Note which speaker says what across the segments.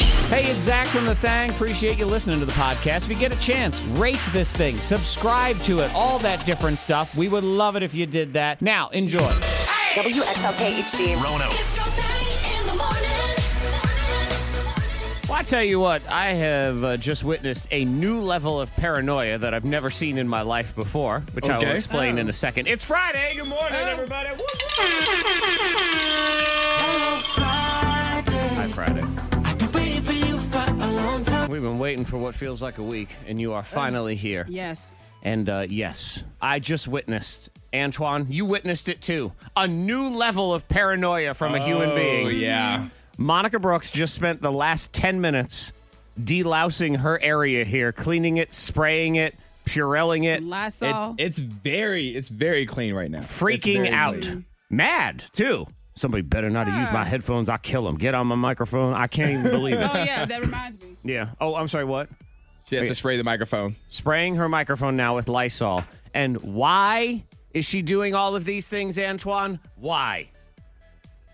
Speaker 1: Hey, it's Zach from The Thang. Appreciate you listening to the podcast. If you get a chance, rate this thing, subscribe to it, all that different stuff. We would love it if you did that. Now, enjoy.
Speaker 2: WXLK HD.
Speaker 3: Rono.
Speaker 4: It's your thing in the morning.
Speaker 1: Well, I tell you what, I have uh, just witnessed a new level of paranoia that I've never seen in my life before, which I will
Speaker 5: Okay.
Speaker 1: explain in a second. It's Friday. Good morning, everybody. Woo, woo. Hi, Friday. We've been waiting for what feels like a week, and you are finally here.
Speaker 5: Yes.
Speaker 1: And uh, yes, I just witnessed, Antoine, you witnessed it too, a new level of paranoia from a human being.
Speaker 5: Oh yeah.
Speaker 1: Monica Brooks just spent the last 10 minutes delousing her area here, cleaning it, spraying it, purelling it,
Speaker 5: Lysol.
Speaker 6: It's, it's very it's very clean right now. It's
Speaker 1: freaking
Speaker 6: very
Speaker 1: out.
Speaker 6: clean.
Speaker 1: Mad, too. Somebody better not have used my headphones. I kill them. Get on my microphone. I can't even believe it.
Speaker 5: oh yeah, that reminds me.
Speaker 1: Yeah. Oh, I'm sorry, what?
Speaker 6: She has to spray the microphone.
Speaker 1: Spraying her microphone now with Lysol. And why is she doing all of these things, Antoine? Why?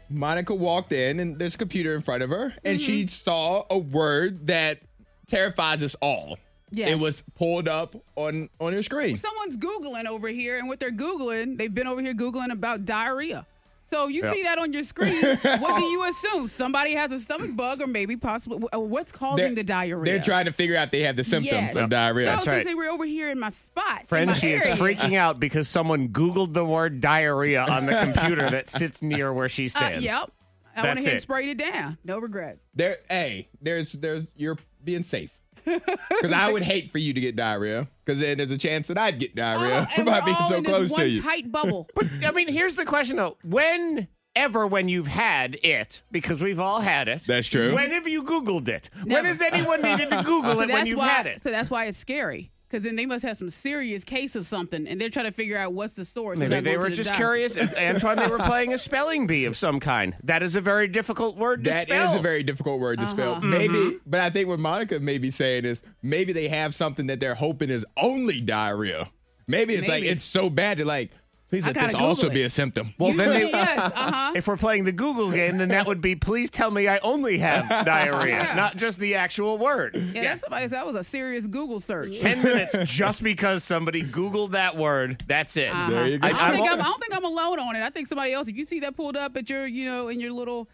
Speaker 6: Monica walked in and there's a computer in front of her and
Speaker 5: Mm-hmm.
Speaker 6: she saw a word that terrifies us all.
Speaker 5: Yes.
Speaker 6: It was pulled up on on your screen.
Speaker 5: Someone's Googling over here, and what they're Googling, they've been over here Googling about diarrhea. So you
Speaker 1: Yeah.
Speaker 5: see that on your screen. what do you assume? Somebody has a stomach bug, or maybe possibly uh, what's causing
Speaker 6: They're-
Speaker 5: the diarrhea?
Speaker 6: They're trying to figure out they have the symptoms
Speaker 5: Yes.
Speaker 6: of diarrhea.
Speaker 5: So
Speaker 1: right.
Speaker 5: since they were over here in my spot, in my
Speaker 1: Friend, she is
Speaker 5: area-
Speaker 1: freaking out because someone Googled the word diarrhea on the computer that sits near where she
Speaker 5: Uh,
Speaker 1: stands.
Speaker 5: yep. I went
Speaker 1: That's
Speaker 5: ahead and
Speaker 1: it.
Speaker 5: sprayed it down. No regrets.
Speaker 6: There hey, there's there's you're being safe. Because I would hate for you to get diarrhea. Because then there's a chance that I'd get diarrhea
Speaker 5: Oh, and
Speaker 6: by
Speaker 5: we're
Speaker 6: being
Speaker 5: all
Speaker 6: so
Speaker 5: in
Speaker 6: close
Speaker 5: this one
Speaker 6: to you.
Speaker 5: tight bubble.
Speaker 1: I mean, here's the question though. When ever when you've had it, because we've all had it.
Speaker 6: That's true.
Speaker 1: When have you Googled it? When
Speaker 5: Never.
Speaker 1: has anyone needed to Google it when you've
Speaker 5: why,
Speaker 1: had it?
Speaker 5: So that's why it's scary. Because then they must have some serious case of something, and they're trying to figure out what's the source.
Speaker 1: Maybe
Speaker 5: Without
Speaker 1: they
Speaker 5: going
Speaker 1: were
Speaker 5: to the
Speaker 1: just
Speaker 5: doctor.
Speaker 1: curious. Antoine, they were playing a spelling bee of some kind. That is a very difficult word to
Speaker 6: That is
Speaker 1: spell.
Speaker 6: a very difficult word
Speaker 5: Uh-huh.
Speaker 6: to spell.
Speaker 5: Mm-hmm.
Speaker 6: Maybe, but I think what Monica may be saying is maybe they have something that they're hoping is only diarrhea. Maybe it's like
Speaker 5: Maybe.
Speaker 6: it's so bad that like please
Speaker 5: I
Speaker 6: let
Speaker 5: gotta
Speaker 6: this
Speaker 5: Google
Speaker 6: also
Speaker 5: it.
Speaker 6: be a symptom.
Speaker 1: well, then
Speaker 5: Usually,
Speaker 1: they,
Speaker 5: yes, uh-huh.
Speaker 1: if we're playing the Google game, then that would be please tell me I only have diarrhea,
Speaker 5: Yeah.
Speaker 1: not just the actual word.
Speaker 5: Yeah, that's somebody. That was a serious Google search.
Speaker 1: 10 minutes just because somebody Googled that word. That's it.
Speaker 5: Um,
Speaker 6: There you go.
Speaker 5: I don't,
Speaker 1: I
Speaker 5: think
Speaker 1: won't-
Speaker 5: I'm, I don't think I'm alone on it. I think somebody else. If you see that pulled up at your, you know, in your little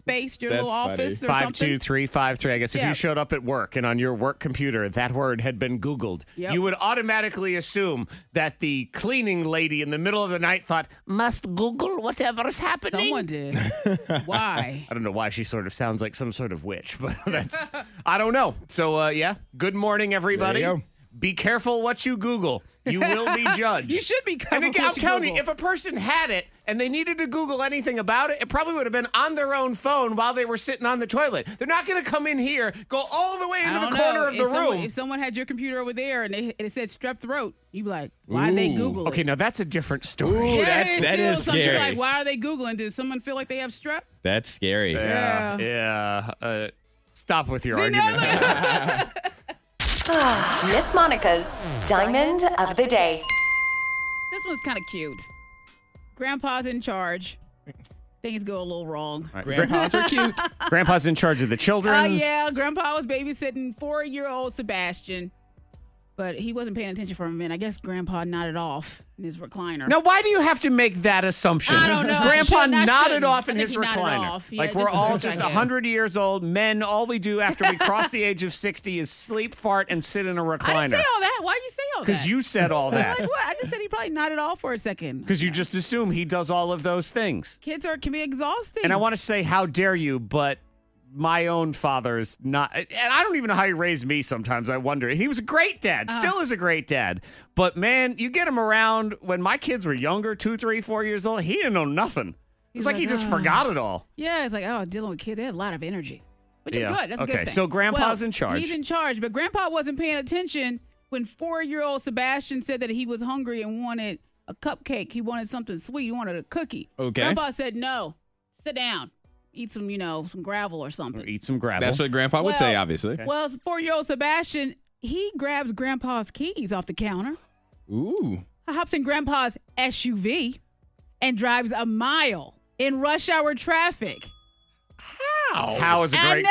Speaker 5: space, your
Speaker 6: That's
Speaker 5: little
Speaker 6: funny.
Speaker 5: office or
Speaker 1: Five
Speaker 5: something.
Speaker 1: two three five three. I guess if
Speaker 5: Yeah.
Speaker 1: you showed up at work and on your work computer that word had been Googled,
Speaker 5: Yep.
Speaker 1: you would automatically assume that the cleaning lady in the middle of the night thought must Google whatever's happening.
Speaker 5: Someone did. Why?
Speaker 1: I don't know why she sort of sounds like some sort of witch, but that's I don't know. So uh, yeah, good morning everybody.
Speaker 6: There you go.
Speaker 1: Be careful what you Google. You will be judged.
Speaker 5: You should be
Speaker 1: And
Speaker 5: careful
Speaker 1: again,
Speaker 5: what
Speaker 1: I'm
Speaker 5: you
Speaker 1: telling you,
Speaker 5: Google.
Speaker 1: if a person had it and they needed to Google anything about it, it probably would have been on their own phone while they were sitting on the toilet. They're not going to come in here, go all the way
Speaker 5: I
Speaker 1: into the
Speaker 5: don't
Speaker 1: corner
Speaker 5: know.
Speaker 1: of the
Speaker 5: if someone,
Speaker 1: room.
Speaker 5: If someone had your computer over there and, they, and it said strep throat, you'd be like, why would they
Speaker 6: Ooh.
Speaker 5: Google it?
Speaker 1: okay, now that's a different story.
Speaker 6: Ooh,
Speaker 5: Yeah,
Speaker 6: that-
Speaker 5: it's
Speaker 6: that
Speaker 5: still
Speaker 6: is
Speaker 5: something
Speaker 6: scary.
Speaker 5: Like, why are they Googling? Does someone feel like they have strep?
Speaker 6: That's scary.
Speaker 1: Yeah,
Speaker 5: Yeah.
Speaker 1: yeah. Uh, stop with your
Speaker 5: See, now
Speaker 1: arguments.
Speaker 5: look-
Speaker 2: Miss Monica's Diamond of the Day.
Speaker 5: This one's kind of cute. Grandpa's in charge. Things go a little wrong.
Speaker 6: Grandpas are cute.
Speaker 1: Grandpa's in charge of the children.
Speaker 5: Oh, yeah. Grandpa was babysitting four year old Sebastian, but he wasn't paying attention for a minute. I guess Grandpa nodded off in his recliner.
Speaker 1: Now, why do you have to make that assumption?
Speaker 5: I don't know. I
Speaker 1: Grandpa
Speaker 5: shouldn't. I
Speaker 1: nodded
Speaker 5: shouldn't.
Speaker 1: off in
Speaker 5: I think
Speaker 1: his
Speaker 5: he nodded
Speaker 1: recliner.
Speaker 5: off. Yeah,
Speaker 1: like, we're
Speaker 5: just
Speaker 1: all
Speaker 5: looks
Speaker 1: just
Speaker 5: like it.
Speaker 1: 100 years old men. All we do after we cross the age of 60 is sleep, fart, and sit in a
Speaker 5: I didn't
Speaker 1: recliner.
Speaker 5: say all that. Why you say all that?
Speaker 1: Because you said all that.
Speaker 5: Like, what? I just said he probably nodded off for a second.
Speaker 1: Because you just assume he does all of those things.
Speaker 5: Kids are can be exhausting.
Speaker 1: And I want to say, how dare you, but my own father's not. And I don't even know how he raised me sometimes. I wonder. He was a great dad,
Speaker 5: Uh-huh.
Speaker 1: still is a great dad. But man, you get him around when my kids were younger two, three, four years old, he didn't know nothing. It's
Speaker 5: He's
Speaker 1: like, he
Speaker 5: like,
Speaker 1: just
Speaker 5: "Ah."
Speaker 1: forgot it all.
Speaker 5: Yeah, it's like, oh, dealing with kids, they had a lot of energy, which
Speaker 1: Yeah.
Speaker 5: is good. That's a
Speaker 1: Okay,
Speaker 5: good thing.
Speaker 1: so grandpa's
Speaker 5: Well,
Speaker 1: in charge.
Speaker 5: He's in charge, but grandpa wasn't paying attention when four year old Sebastian said that he was hungry and wanted a cupcake. He wanted something sweet. He wanted a cookie.
Speaker 6: Okay.
Speaker 5: Grandpa said, no, sit down, eat some, you know, some gravel or something.
Speaker 1: Eat some gravel.
Speaker 6: That's what Grandpa would say,
Speaker 5: Well-
Speaker 6: obviously.
Speaker 5: Well, four year old Sebastian, he grabs grandpa's keys off the counter,
Speaker 6: Ooh.
Speaker 5: hops in grandpa's SUV, and drives a mile in rush hour traffic.
Speaker 6: How?
Speaker 1: How is a great
Speaker 5: I know.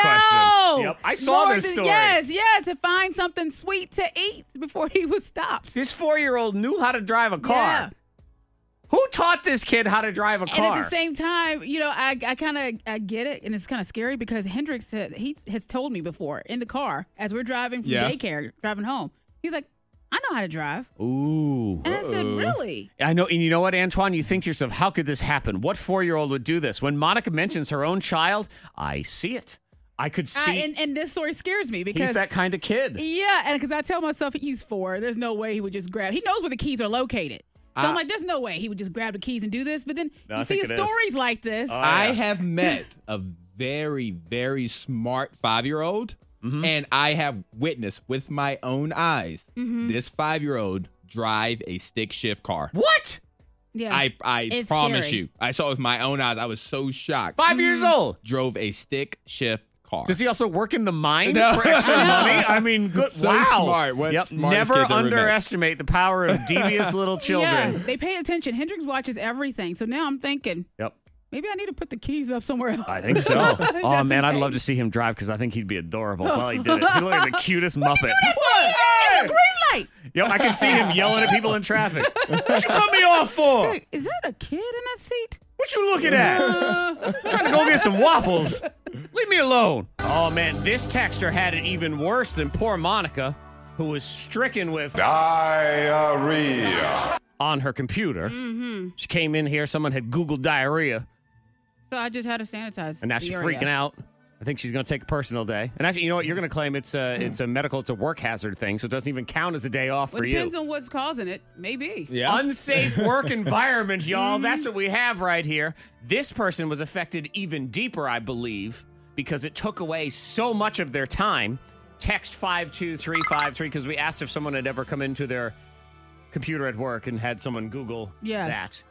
Speaker 1: question. Yep. I saw
Speaker 5: More
Speaker 1: this
Speaker 5: than-
Speaker 1: story.
Speaker 5: Yes, yeah, to find something sweet to eat before he was stopped.
Speaker 1: This four year old knew how to drive a car.
Speaker 5: Yeah.
Speaker 1: Who taught this kid how to drive a
Speaker 5: And
Speaker 1: car?
Speaker 5: at the same time, you know, I, I kind of I get it, and it's kind of scary because Hendrix ha- he has told me before in the car as we're driving from
Speaker 6: Yeah.
Speaker 5: daycare, driving home. He's like, "I know how to drive,"
Speaker 1: Ooh.
Speaker 5: and I said, "Really?"
Speaker 1: I know, and you know what, Antoine? You think to yourself, how could this happen? What four year old would do this? When Monica mentions her own child, I see it. I could
Speaker 5: I-
Speaker 1: see
Speaker 5: Uh, and and this story scares me because
Speaker 1: he's that kind of kid.
Speaker 5: yeah, and because I tell myself he's four, there's no way he would just grab. He knows where the keys are located, so I'm like, "There's no way he would just grab the keys and do this." But then
Speaker 1: No, I
Speaker 5: you see
Speaker 1: think it is. Oh,
Speaker 5: stories like this.
Speaker 6: I have met a very, very smart five year old,
Speaker 1: Mm-hmm.
Speaker 6: and I have witnessed with my own eyes this five year old drive a stick shift car.
Speaker 1: Mm-hmm. What?
Speaker 5: yeah,
Speaker 6: I, I
Speaker 5: It's
Speaker 6: promise
Speaker 5: scary.
Speaker 6: you, I saw it with my own eyes. I was so shocked.
Speaker 1: 5 years
Speaker 5: Mm.
Speaker 1: old.
Speaker 6: Drove a stick shift car.
Speaker 1: Does he also work in the mines
Speaker 6: No.
Speaker 1: for extra
Speaker 6: I know.
Speaker 1: money? I mean, good.
Speaker 6: So
Speaker 1: wow.
Speaker 6: smart. What
Speaker 1: Yep.
Speaker 6: smartest
Speaker 1: Never
Speaker 6: kids I've ever met.
Speaker 1: underestimate the power of devious little
Speaker 5: Yeah,
Speaker 1: children.
Speaker 5: they pay attention. Hendrix watches everything. So now I'm thinking
Speaker 1: Yep.
Speaker 5: maybe I need to put the keys up somewhere else.
Speaker 1: I think so. oh
Speaker 5: Just
Speaker 1: man,
Speaker 5: in
Speaker 1: I'd love to
Speaker 5: case.
Speaker 1: see him drive because I think he'd be adorable. Well, he did it. He looked like the cutest Muppet.
Speaker 5: It's a green
Speaker 1: Yep, I can see him yelling at people in traffic. What you cut me off for?
Speaker 5: light. Is that a kid in that seat?
Speaker 1: What you looking at? trying to go get some waffles. Leave me alone. Oh man, this texter had it even worse than poor Monica, who was stricken with
Speaker 3: Diarrhea.
Speaker 1: on her computer. Mm-hmm. She came in here. Someone had Googled diarrhea,
Speaker 5: So I just had to sanitize.
Speaker 1: and now she's
Speaker 5: the area.
Speaker 1: freaking out. I think she's going to take a personal day. And actually, you know what? You're going to claim it's a it's a medical, it's a work hazard thing, so it doesn't even count as a day off
Speaker 5: Well,
Speaker 1: for
Speaker 5: it
Speaker 1: you.
Speaker 5: depends on what's causing it. Maybe.
Speaker 6: yeah.
Speaker 1: Unsafe work environment, y'all. That's what we have right here. This person was affected even deeper, I believe, because it took away so much of their time. Text 52353 because we asked if someone had ever come into their computer at work and had someone Google
Speaker 5: Yes.
Speaker 1: that.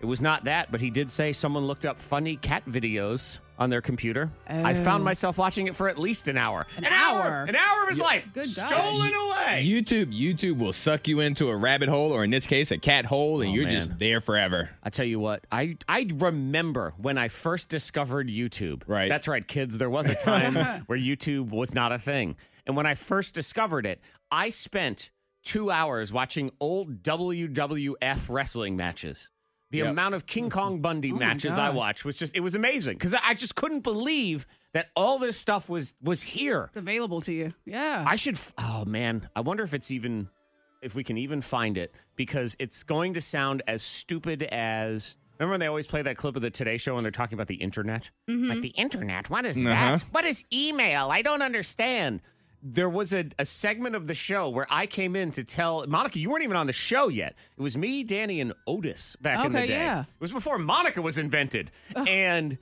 Speaker 1: It was not that, but he did say someone looked up funny cat videos on their computer. I found myself watching it for at least an hour. An,
Speaker 5: Oh. hour.
Speaker 1: An hour of his life.
Speaker 5: Good God.
Speaker 1: Stolen away.
Speaker 6: YouTube, YouTube will suck you into a rabbit hole, or in this case, a cat hole, and
Speaker 1: Oh,
Speaker 6: you're
Speaker 1: man.
Speaker 6: just there forever.
Speaker 1: I tell you what, I I remember when I first discovered YouTube.
Speaker 6: Right.
Speaker 1: That's right, kids. There was a time where YouTube was not a thing. And when I first discovered it, I spent two hours watching old WWF wrestling matches. The
Speaker 6: Yep.
Speaker 1: amount of King Kong Bundy matches I
Speaker 5: gosh.
Speaker 1: watched was just it was amazing. Because I just couldn't believe that all this stuff was was here.
Speaker 5: It's available to you. Yeah.
Speaker 1: I should. F- oh man, I wonder if it's even if we can even find it because it's going to sound as stupid as. Remember when they always play that clip of the Today Show and they're talking about the internet?
Speaker 5: Mm-hmm.
Speaker 1: Like the internet, what is that? What is email? I don't understand. There was a, a segment of the show where I came in to tell Monica, you weren't even on the show yet. It was me, Danny, and Otis back in the
Speaker 5: Okay,
Speaker 1: day.
Speaker 5: yeah.
Speaker 1: It was before Monica was invented. And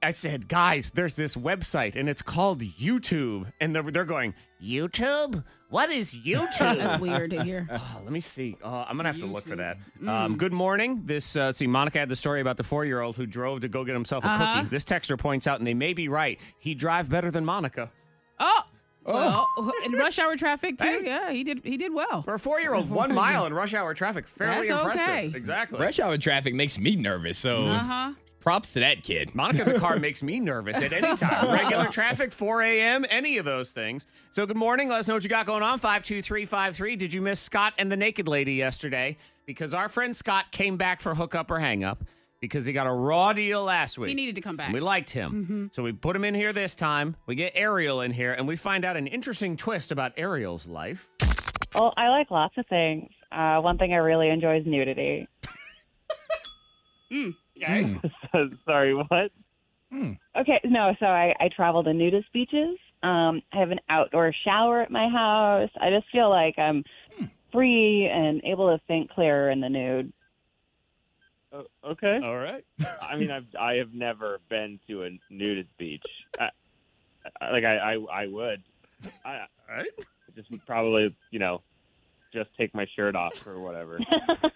Speaker 1: I said, guys, there's this website and it's called YouTube. And they're, they're going, YouTube? What is
Speaker 5: That's
Speaker 1: YouTube?
Speaker 5: weird to hear.
Speaker 1: Oh, let me see. Uh, I'm going to have to look for that. Um,
Speaker 5: Mm.
Speaker 1: good morning. This, uh, see, Monica had the story about the four year old who drove to go get himself a
Speaker 5: Uh-huh.
Speaker 1: cookie. This texter points out, and they may be right, he drive better than Monica.
Speaker 5: Oh. Well, in rush hour traffic too.
Speaker 1: Hey.
Speaker 5: Yeah, he did. He did well.
Speaker 1: For a four year old, one mile in rush hour traffic, fairly
Speaker 5: That's
Speaker 1: impressive.
Speaker 5: okay.
Speaker 1: Exactly.
Speaker 6: Rush hour traffic makes me nervous, so
Speaker 1: Uh-huh.
Speaker 6: props to that kid.
Speaker 1: Monica in the car makes me nervous at any time. Regular traffic, 4 a.m., any of those things. So, good morning. Let us know what you got going on. 52353. Did you miss Scott and the naked lady yesterday? Because our friend Scott came back for hookup or hang up because he got a raw deal last week.
Speaker 5: He needed to come back. Mm-hmm.
Speaker 1: And we liked him. So, we put him in here this time. We get Ariel in here and we find out an interesting twist about Ariel's life.
Speaker 4: Well, I like lots of things. Uh, one thing I really enjoy is nudity.
Speaker 6: Hmm.
Speaker 7: Sorry, what?
Speaker 4: Okay, no, so I, I travel to nudist beaches. Um, I have an outdoor shower at my house. I just feel like I'm free and able to think clearer in the nude.
Speaker 7: O- okay.
Speaker 6: All right.
Speaker 7: I mean, I've I have never been to a nudist beach. I, I, like I, I I would. I I just would probably you know just take my shirt off or whatever.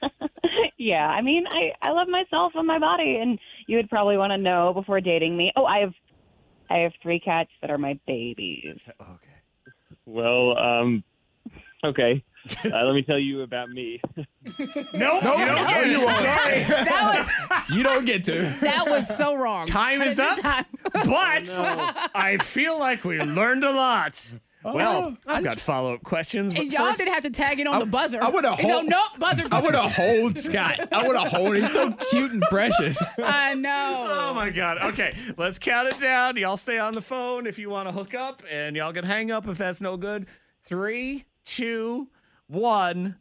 Speaker 4: yeah, I mean, I, I love myself and my body, and you would probably want to know before dating me. Oh, I have, I have three cats that are my babies.
Speaker 1: Okay.
Speaker 7: well, um, Okay. Uh, let me tell you about me.
Speaker 1: Nope.
Speaker 6: Nope.
Speaker 1: You don't
Speaker 6: No,
Speaker 1: get
Speaker 6: you
Speaker 1: it.
Speaker 6: won't.
Speaker 1: Sorry.
Speaker 5: That was
Speaker 6: You don't get to.
Speaker 5: that was so wrong.
Speaker 1: Time is up. But I feel like we learned a lot.
Speaker 6: Oh.
Speaker 1: Well, I've got follow up questions. But
Speaker 5: And y'all
Speaker 1: first,
Speaker 5: didn't have to tag it on the buzzer.
Speaker 6: I would've
Speaker 5: It's
Speaker 6: hol-
Speaker 5: on- nope, buzzer.
Speaker 6: I would
Speaker 5: buzzer.
Speaker 6: have hold Scott. I would have hold. He's so cute and precious.
Speaker 5: I know.
Speaker 1: Oh my God. Okay, let's count it down. Y'all stay on the phone if you want to hook up, and y'all can hang up if that's no good. Three, two, one.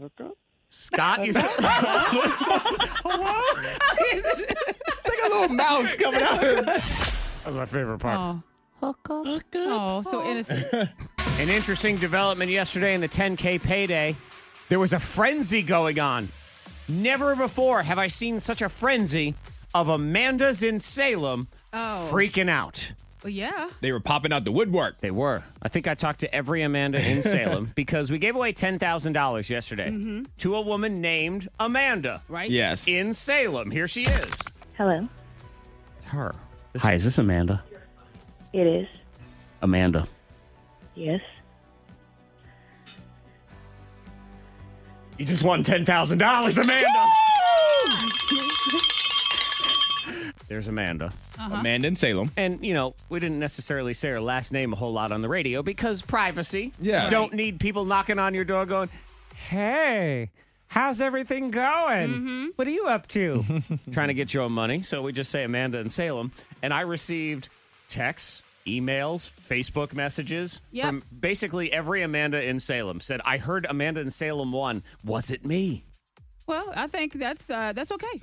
Speaker 7: Hook up?
Speaker 1: Scott, you still-
Speaker 6: It's like a little mouse coming out.
Speaker 1: that was my favorite part.
Speaker 5: Oh. Oh, so innocent.
Speaker 1: An interesting development yesterday in the 10K payday. There was a frenzy going on. Never before have I seen such a frenzy of Amanda's in Salem
Speaker 5: Oh.
Speaker 1: freaking out.
Speaker 5: Well, yeah.
Speaker 6: They were popping out the woodwork.
Speaker 1: They were. I think I talked to every Amanda in Salem because we gave away $10,000 yesterday to a woman named Amanda
Speaker 5: Right?
Speaker 6: Yes.
Speaker 1: in Salem. Here she is.
Speaker 4: Hello.
Speaker 1: Her. Hi, is this Amanda?
Speaker 4: It is.
Speaker 1: Amanda.
Speaker 4: Yes.
Speaker 1: You just won ten thousand dollars, Amanda. There's Amanda,
Speaker 5: Uh-huh.
Speaker 6: Amanda in Salem.
Speaker 1: and you know we didn't necessarily say her last name a whole lot on the radio because privacy.
Speaker 6: Yeah.
Speaker 1: don't need people knocking on your door going, "Hey, how's everything going? What are you up to?" Trying to get your own money, so we just say Amanda in Salem, and I received texts. Emails, Facebook messages
Speaker 5: Yep.
Speaker 1: from basically every Amanda in Salem said, I heard Amanda in Salem won. Was it me?
Speaker 5: Well, I think that's uh, that's okay.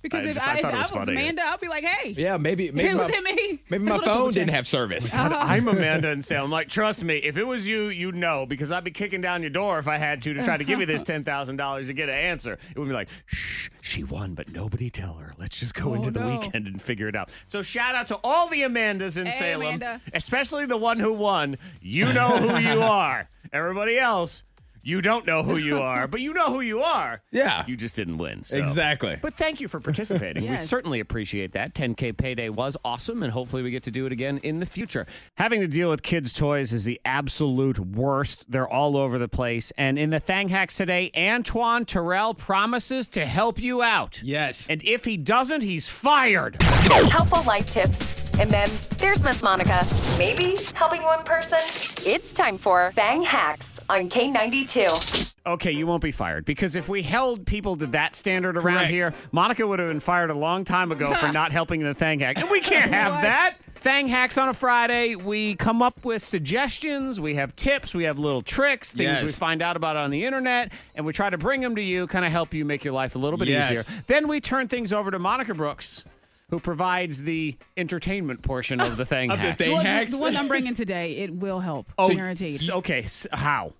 Speaker 5: Because
Speaker 1: I
Speaker 5: if
Speaker 1: just- I
Speaker 5: I, if
Speaker 1: thought it
Speaker 5: I
Speaker 1: was
Speaker 5: was
Speaker 1: funny.
Speaker 5: Amanda, I'd be like, hey,
Speaker 6: Yeah, maybe maybe
Speaker 5: it
Speaker 6: my,
Speaker 5: was him, me.
Speaker 6: maybe
Speaker 5: That's
Speaker 6: my
Speaker 5: what I'll
Speaker 6: phone
Speaker 5: double
Speaker 6: didn't
Speaker 5: check.
Speaker 6: have service.
Speaker 5: Uh-huh.
Speaker 1: God, I'm Amanda and Salem. Like, trust me, if it was you, you'd know because I'd be kicking down your door if I had to to try to give you this ten thousand dollars to get an answer. It would be like, shh, she won, but nobody tell her. Let's just go
Speaker 5: Oh,
Speaker 1: into the
Speaker 5: no.
Speaker 1: weekend and figure it out. So shout out to all the Amandas in
Speaker 5: Hey,
Speaker 1: Salem,
Speaker 5: Amanda.
Speaker 1: especially the one who won. You know who you are. Everybody else, you don't know who you are, but you know who you are.
Speaker 6: Yeah.
Speaker 1: you just didn't win. so.
Speaker 6: Exactly.
Speaker 1: But thank you for participating. We
Speaker 5: Yes.
Speaker 1: certainly appreciate that. 10K payday was awesome, and hopefully we get to do it again in the future. Having to deal with kids' toys is the absolute worst. They're all over the place. And in the Thang Hacks today, Antoine Terrell promises to help you out.
Speaker 6: Yes.
Speaker 1: And if he doesn't, he's fired.
Speaker 2: Helpful life tips. And then there's Miss Monica. Maybe helping one person. It's time for Bang Hacks on K92.
Speaker 1: Okay, you won't be fired because if we held people to that standard around
Speaker 6: Correct.
Speaker 1: here, Monica would have been fired a long time ago for not helping in the Thang Hack. And we can't have
Speaker 5: What?
Speaker 1: that. Thang Hacks on a Friday, we come up with suggestions, we have tips, we have little tricks, things
Speaker 6: Yes.
Speaker 1: we find out about on the internet, and we try to bring them to you, kind of help you make your life a little bit
Speaker 6: Yes.
Speaker 1: easier. Then we turn things over to Monica Brooks, who provides the entertainment portion of the Thang
Speaker 6: Of the
Speaker 1: Hacks.
Speaker 6: Thang-
Speaker 5: Well,
Speaker 6: Hacks.
Speaker 5: the one I'm bringing today, it will help.
Speaker 6: Oh,
Speaker 5: guaranteed.
Speaker 1: s- Okay, s- how?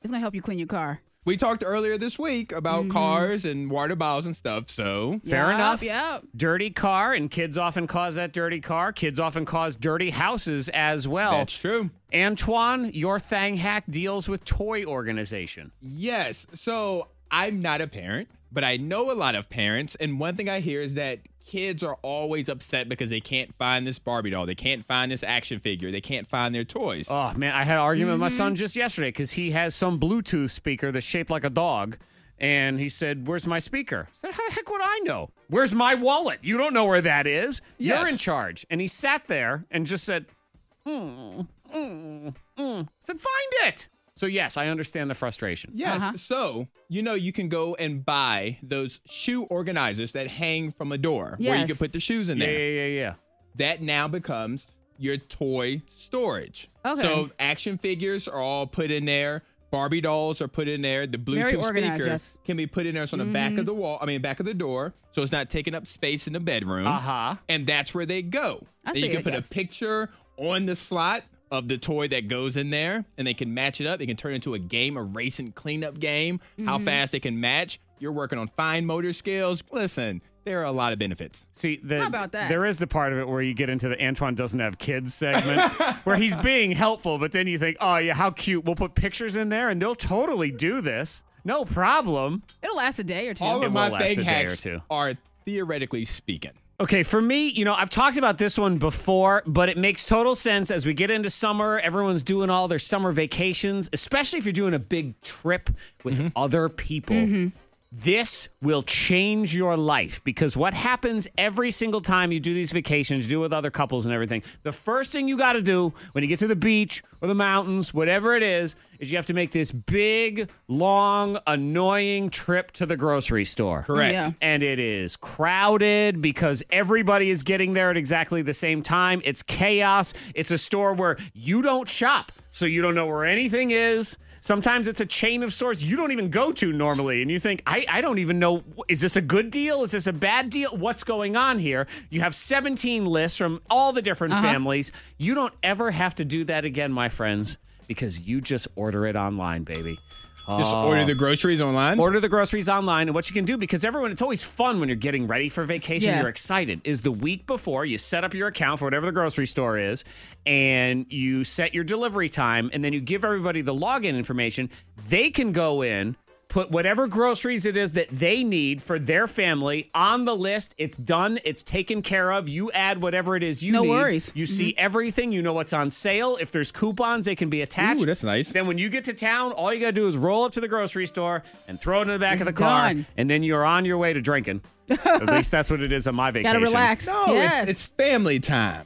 Speaker 5: It's going to help you clean your car.
Speaker 6: We talked earlier this week about
Speaker 5: Mm-hmm.
Speaker 6: cars and water bottles and stuff. So
Speaker 1: Fair
Speaker 5: Yup,
Speaker 1: enough.
Speaker 5: Yup.
Speaker 1: Dirty car, and kids often cause that dirty car. Kids often cause dirty houses as well.
Speaker 6: that's true.
Speaker 1: Antoine, your thang hack deals with toy organization.
Speaker 6: Yes. So I'm not a parent, but I know a lot of parents. And one thing I hear is that kids are always upset because they can't find this Barbie doll. They can't find this action figure. They can't find their toys.
Speaker 1: Oh man, I had an argument with my son just yesterday because he has some Bluetooth speaker that's shaped like a dog. And he said, Where's my speaker? I said, How the heck would I know? Where's my wallet? You don't know where that is. You're
Speaker 6: Yes.
Speaker 1: in charge. And he sat there and just said, mm, mm, mm. I said, Find it. So, yes, I understand the frustration.
Speaker 6: Yes. So, you know, you can go and buy those shoe organizers that hang from a door where you
Speaker 5: Yes.
Speaker 6: can put the shoes in
Speaker 1: Yeah,
Speaker 6: there.
Speaker 1: yeah, yeah, yeah.
Speaker 6: That now becomes your toy storage.
Speaker 5: Okay.
Speaker 6: So, action figures are all put in there. Barbie dolls are put in there. The
Speaker 5: Very
Speaker 6: Bluetooth
Speaker 5: organized,
Speaker 6: speaker
Speaker 5: yes. Mm-hmm.
Speaker 6: can be put in there. It's on the back of the wall, I mean, back of the door. So it's not taking up space in the bedroom. Uh
Speaker 1: Uh-huh.
Speaker 6: And that's where they go.
Speaker 5: I
Speaker 6: then
Speaker 5: see
Speaker 6: you can
Speaker 5: it,
Speaker 6: put
Speaker 5: yes.
Speaker 6: a picture on the slot of the toy that goes in there, and they can match it up. It can turn into a game, a race and cleanup game. How
Speaker 5: Mm-hmm.
Speaker 6: fast they can match. You're working on fine motor skills. Listen, there are a lot of benefits.
Speaker 1: See, the,
Speaker 5: How about that?
Speaker 1: there is the part of it where you get into the Antoine doesn't have kids segment, where he's being helpful, but then you think, oh yeah, how cute. We'll put pictures in there, and they'll totally do this, no problem.
Speaker 5: It'll last a day or two.
Speaker 6: All
Speaker 1: It
Speaker 6: of
Speaker 1: will
Speaker 6: my
Speaker 1: last
Speaker 6: fang
Speaker 1: a day or
Speaker 6: hacks
Speaker 1: two.
Speaker 6: are theoretically speaking.
Speaker 1: Okay, for me, you know, I've talked about this one before, but it makes total sense as we get into summer. Everyone's doing all their summer vacations, especially if you're doing a big trip with other people. This will change your life because what happens every single time you do these vacations, you do with other couples and everything, the first thing you got to do when you get to the beach or the mountains, whatever it is, is you have to make this big, long, annoying trip to the grocery store.
Speaker 6: Correct.
Speaker 5: Yeah.
Speaker 1: And it is crowded because everybody is getting there at exactly the same time. It's chaos. It's a store where you don't shop, so you don't know where anything is. Sometimes it's a chain of stores you don't even go to normally, and you think, I, I don't even know, is this a good deal? Is this a bad deal? What's going on here? You have 17 lists from all the different families. You don't ever have to do that again, my friends, because you just order it online, baby.
Speaker 6: Just order the groceries online.
Speaker 1: Order the groceries online and what you can do because everyone, it's always fun when you're getting ready for vacation.
Speaker 5: Yeah.
Speaker 1: You're excited. Is the week before you set up your account for whatever the grocery store is and you set your delivery time and then you give everybody the login information. They can go in, put whatever groceries it is that they need for their family on the list. It's done, it's taken care of. You add whatever it is you
Speaker 5: No
Speaker 1: need.
Speaker 5: worries. Mm-hmm.
Speaker 1: You see everything, you know what's on sale. If there's coupons, they can be attached.
Speaker 6: Ooh, that's nice.
Speaker 1: Then when you get to town, all you gotta do is roll up to the grocery store and throw it in the back
Speaker 5: It's
Speaker 1: of the car,
Speaker 5: done.
Speaker 1: and then you're on your way to drinking. At least that's what it is on my vacation.
Speaker 5: Gotta relax.
Speaker 6: No,
Speaker 5: yes.
Speaker 6: it's, it's family time.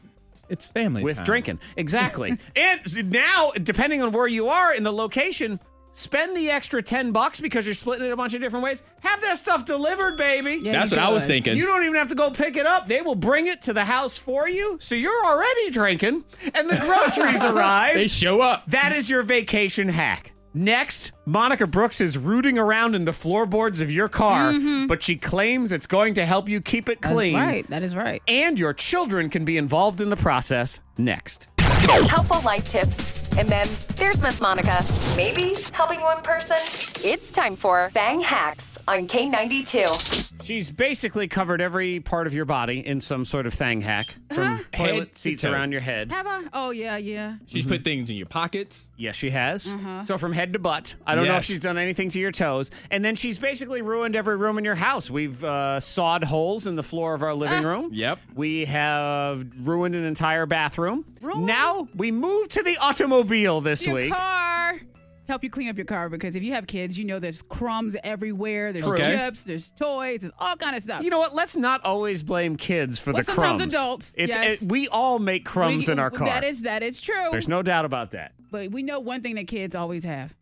Speaker 6: It's family
Speaker 1: With
Speaker 6: time.
Speaker 1: drinking, exactly. and now, depending on where you are in the location, spend the extra ten bucks because you're splitting it a bunch of different ways. Have that stuff delivered, baby.
Speaker 5: Yeah,
Speaker 6: That's
Speaker 5: you
Speaker 6: what I was
Speaker 5: could.
Speaker 6: thinking.
Speaker 1: You don't even have to go pick it up. They will bring it to the house for you. So you're already drinking, and the groceries arrive.
Speaker 6: they show up.
Speaker 1: That is your vacation hack. Next, Monica Brooks is rooting around in the floorboards of your car, but she claims it's going to help you keep it clean.
Speaker 5: Mm-hmm. That's right. That is right.
Speaker 1: And your children can be involved in the process. Next.
Speaker 2: Helpful life tips. And then there's Miss Monica. Maybe helping one person. It's time for Bang Hacks on K92.
Speaker 1: She's basically covered every part of your body in some sort of thing hack from
Speaker 6: Head
Speaker 1: toilet
Speaker 6: to
Speaker 1: seats
Speaker 6: toe.
Speaker 1: around your head.
Speaker 5: Have I? Oh yeah, yeah.
Speaker 6: She's put things in your pockets.
Speaker 1: Yes, she has.
Speaker 5: Mm-hmm.
Speaker 1: So from head to butt. I don't know if
Speaker 6: Yes.
Speaker 1: she's done anything to your toes. And then she's basically ruined every room in your house. We've uh, sawed holes in the floor of our living
Speaker 5: Ah.
Speaker 1: room.
Speaker 6: Yep.
Speaker 1: We have ruined an entire bathroom.
Speaker 5: Ruined?
Speaker 1: Now we move to the automobile this
Speaker 5: Your
Speaker 1: week.
Speaker 5: car. Help you clean up your car because if you have kids, you know there's crumbs everywhere. There's
Speaker 6: Okay.
Speaker 5: chips. There's toys. There's all kind of stuff.
Speaker 1: You know what? Let's not always blame kids for
Speaker 5: Well,
Speaker 1: the crumbs.
Speaker 5: sometimes adults,
Speaker 1: It's
Speaker 5: yes.
Speaker 1: it- we all make crumbs
Speaker 5: We-
Speaker 1: in our car.
Speaker 5: That is that is true.
Speaker 1: There's no doubt about that.
Speaker 5: but we know one thing that kids always have.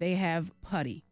Speaker 5: They have putty.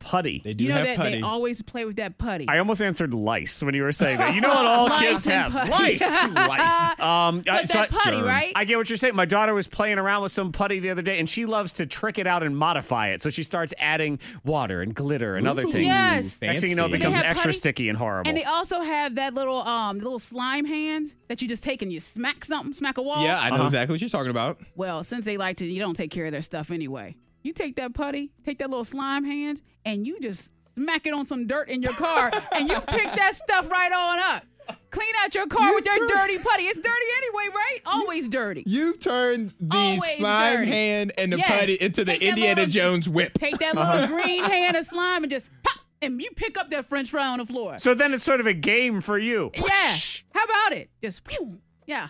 Speaker 1: Putty.
Speaker 6: They do
Speaker 5: you know
Speaker 6: have
Speaker 5: that
Speaker 6: putty.
Speaker 5: they always play with that putty.
Speaker 1: I almost answered lice when you were saying that. You know what all
Speaker 5: Lice
Speaker 1: kids have?
Speaker 5: and putty.
Speaker 1: Lice.
Speaker 6: Lice.
Speaker 1: Um, uh,
Speaker 5: but
Speaker 1: so
Speaker 5: that
Speaker 1: I-
Speaker 5: putty, right?
Speaker 1: I get what you're saying. My daughter was playing around with some putty the other day, and she loves to trick it out and modify it. So she starts adding water and glitter and other things.
Speaker 5: Yes.
Speaker 1: Next thing you know, it
Speaker 6: Fancy.
Speaker 1: becomes
Speaker 5: have
Speaker 1: extra
Speaker 5: putty?
Speaker 1: sticky and horrible.
Speaker 5: and they also have that little um little slime hand that you just take and you smack something, smack a wall.
Speaker 6: Yeah, I know
Speaker 1: Uh-huh.
Speaker 6: exactly what you're talking about.
Speaker 5: Well, since they like to, you don't take care of their stuff anyway. You take that putty, take that little slime hand, and you just smack it on some dirt in your car, and you pick that stuff right on up. Clean out your car with that dirty putty. It's dirty anyway, right? Always dirty.
Speaker 6: You've turned the
Speaker 5: Always
Speaker 6: slime
Speaker 5: dirty.
Speaker 6: hand and the
Speaker 5: Yes.
Speaker 6: putty into the
Speaker 5: Take that
Speaker 6: Indiana
Speaker 5: little-
Speaker 6: Jones whip. Uh-huh.
Speaker 5: Take that little green hand of slime and just pop, and you pick up that French fry on the floor.
Speaker 1: so then it's sort of a game for you.
Speaker 5: yeah. How about it? Just whew, yeah,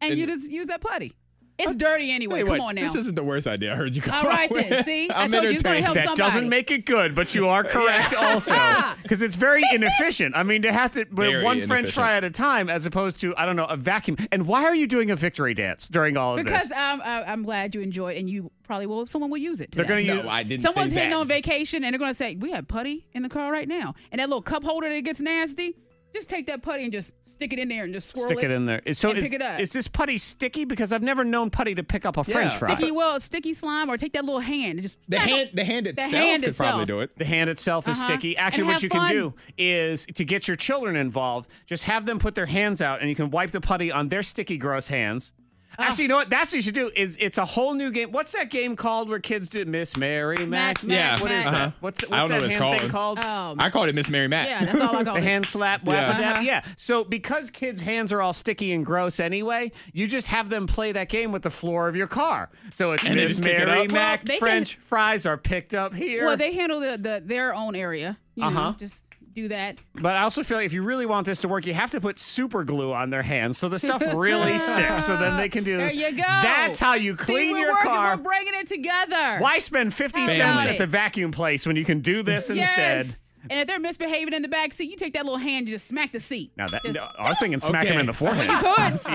Speaker 5: and you just use that putty. It's dirty anyway.
Speaker 6: Oh, Wait,
Speaker 5: Come
Speaker 6: what?
Speaker 5: on now.
Speaker 6: This isn't the worst idea I heard you come
Speaker 5: All right
Speaker 6: up with.
Speaker 5: then. See? I
Speaker 6: I'm
Speaker 5: told you it's gonna help
Speaker 6: entertained.
Speaker 1: That
Speaker 5: somebody.
Speaker 1: doesn't make it good, but you are correct also. Because it's very inefficient. I mean, to have to but
Speaker 6: Very
Speaker 1: one french
Speaker 6: inefficient.
Speaker 1: fry at a time as opposed to, I don't know, a vacuum. And why are you doing a victory dance during all of
Speaker 5: Because
Speaker 1: this?
Speaker 5: um, I, I'm glad you enjoyed, and you probably will. Someone will use it. Today.
Speaker 1: They're going to use.
Speaker 6: No, I didn't
Speaker 5: Someone's
Speaker 6: say
Speaker 5: heading
Speaker 6: that.
Speaker 5: on vacation, and they're going to say, "We have putty in the car right now," and that little cup holder that gets nasty. Just take that putty and just stick it in there and just swirl
Speaker 1: Stick it in there. So
Speaker 5: and
Speaker 1: is,
Speaker 5: pick it up.
Speaker 1: is this putty sticky? Because I've never known putty to pick up a French
Speaker 6: Yeah.
Speaker 1: fry.
Speaker 5: Sticky well, sticky slime, or take that little hand and just
Speaker 6: The hand, the hand
Speaker 5: The
Speaker 6: itself
Speaker 5: hand
Speaker 6: could probably
Speaker 5: itself.
Speaker 6: do it.
Speaker 1: The hand itself is
Speaker 5: Uh-huh.
Speaker 1: sticky.
Speaker 5: And
Speaker 1: Actually, what
Speaker 5: have
Speaker 1: you
Speaker 5: fun.
Speaker 1: can do is to get your children involved, just have them put their hands out and you can wipe the putty on their sticky, gross hands.
Speaker 5: Oh.
Speaker 1: Actually, you know what? That's what you should do. Is it's a whole new game. What's that game called where kids do Miss Mary Mac?
Speaker 5: Mac, Mac,
Speaker 6: Yeah. Uh-huh.
Speaker 1: What is
Speaker 5: Mac.
Speaker 1: that? What's,
Speaker 6: I
Speaker 1: what's
Speaker 6: don't know
Speaker 1: that
Speaker 6: what it's
Speaker 1: hand thing called?
Speaker 5: Um,
Speaker 6: I called it Miss Mary Mac.
Speaker 5: yeah, that's all I got.
Speaker 1: the hand slap, whap
Speaker 6: Yeah.
Speaker 5: Uh-huh.
Speaker 1: yeah. yeah. So because kids' hands are all sticky and gross anyway, you just have them play that game with the floor of your car. So it's
Speaker 6: And they
Speaker 1: Miss
Speaker 6: just pick it
Speaker 1: Mary
Speaker 6: up?
Speaker 1: Mac
Speaker 5: Well, they can-
Speaker 1: French fries are picked up here.
Speaker 5: Well, they handle the, the their own area. You
Speaker 1: Uh-huh.
Speaker 5: know, just do that.
Speaker 1: But I also feel like if you really want this to work, you have to put super glue on their hands so the stuff really sticks. So then they can do
Speaker 5: There
Speaker 1: this.
Speaker 5: you go.
Speaker 1: That's how you clean
Speaker 5: See, we're
Speaker 1: your
Speaker 5: working,
Speaker 1: car.
Speaker 5: We're bringing it together.
Speaker 1: Why spend 50
Speaker 5: Family.
Speaker 1: cents at the vacuum place when you can do this
Speaker 5: Yes.
Speaker 1: instead?
Speaker 5: And if they're misbehaving in the back seat, you take that little hand, you just smack the seat.
Speaker 1: Now that
Speaker 5: Just-
Speaker 1: no, I was thinking smack him
Speaker 6: Okay.
Speaker 1: in the forehead.
Speaker 5: Good.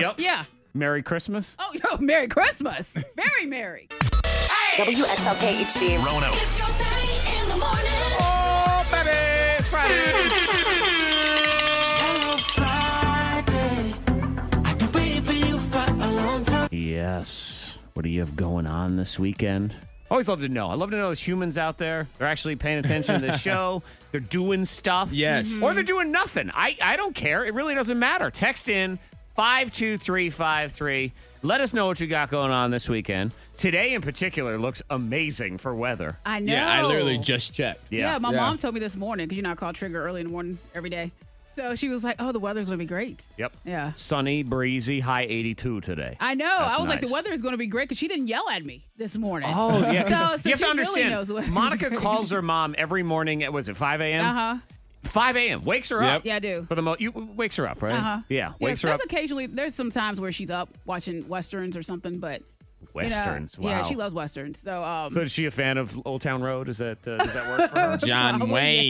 Speaker 1: Yep.
Speaker 5: Yeah.
Speaker 1: Merry Christmas.
Speaker 5: Oh, yo, Merry Christmas. Very merry.
Speaker 2: WXLK HD.
Speaker 3: Rono.
Speaker 8: It's your thing in the morning.
Speaker 1: Oh, baby, it's Friday. Yes. What do you have going on this weekend? Always love to know. I love to know there's humans out there. They're actually paying attention to the show. They're doing stuff. Mm-hmm.
Speaker 6: Yes. Mhm.
Speaker 1: Or they're doing nothing. I, I don't care. It really doesn't matter. Text in 52353. Let us know what you got going on this weekend. Today in particular looks amazing for weather.
Speaker 5: I know.
Speaker 6: Yeah, I literally just checked.
Speaker 5: Uh, Yeah, my
Speaker 6: Yeah.
Speaker 5: mom told me this morning because you know I call Trigger early in the morning every day. So she was like, "Oh, the weather's going to be great."
Speaker 1: Yep.
Speaker 5: Yeah.
Speaker 1: Sunny, breezy, high 82 today.
Speaker 5: I know.
Speaker 1: That's
Speaker 5: I was like,
Speaker 1: nice.
Speaker 5: "The weather is going to be great" because she didn't yell at me this morning.
Speaker 1: Oh yeah, 'cause
Speaker 5: So- so
Speaker 1: you have to
Speaker 5: she really
Speaker 1: understand.
Speaker 5: knows what-
Speaker 1: Monica calls her mom every morning. At was it five a.m.?
Speaker 5: Uh huh.
Speaker 1: 5 a.m. Wakes her
Speaker 6: Yep.
Speaker 1: up.
Speaker 5: Yeah, I do.
Speaker 1: For the most, you wakes her up, right?
Speaker 5: Uh huh.
Speaker 1: Yeah, wakes her
Speaker 5: there's
Speaker 1: up.
Speaker 5: occasionally there's some times where she's up watching westerns or something, but you know,
Speaker 1: Westerns. wow.
Speaker 5: Yeah, she loves westerns. So um,
Speaker 1: So is she a fan of Old Town Road? Is that uh, does that work for her?
Speaker 6: John
Speaker 5: Probably,
Speaker 6: Wayne.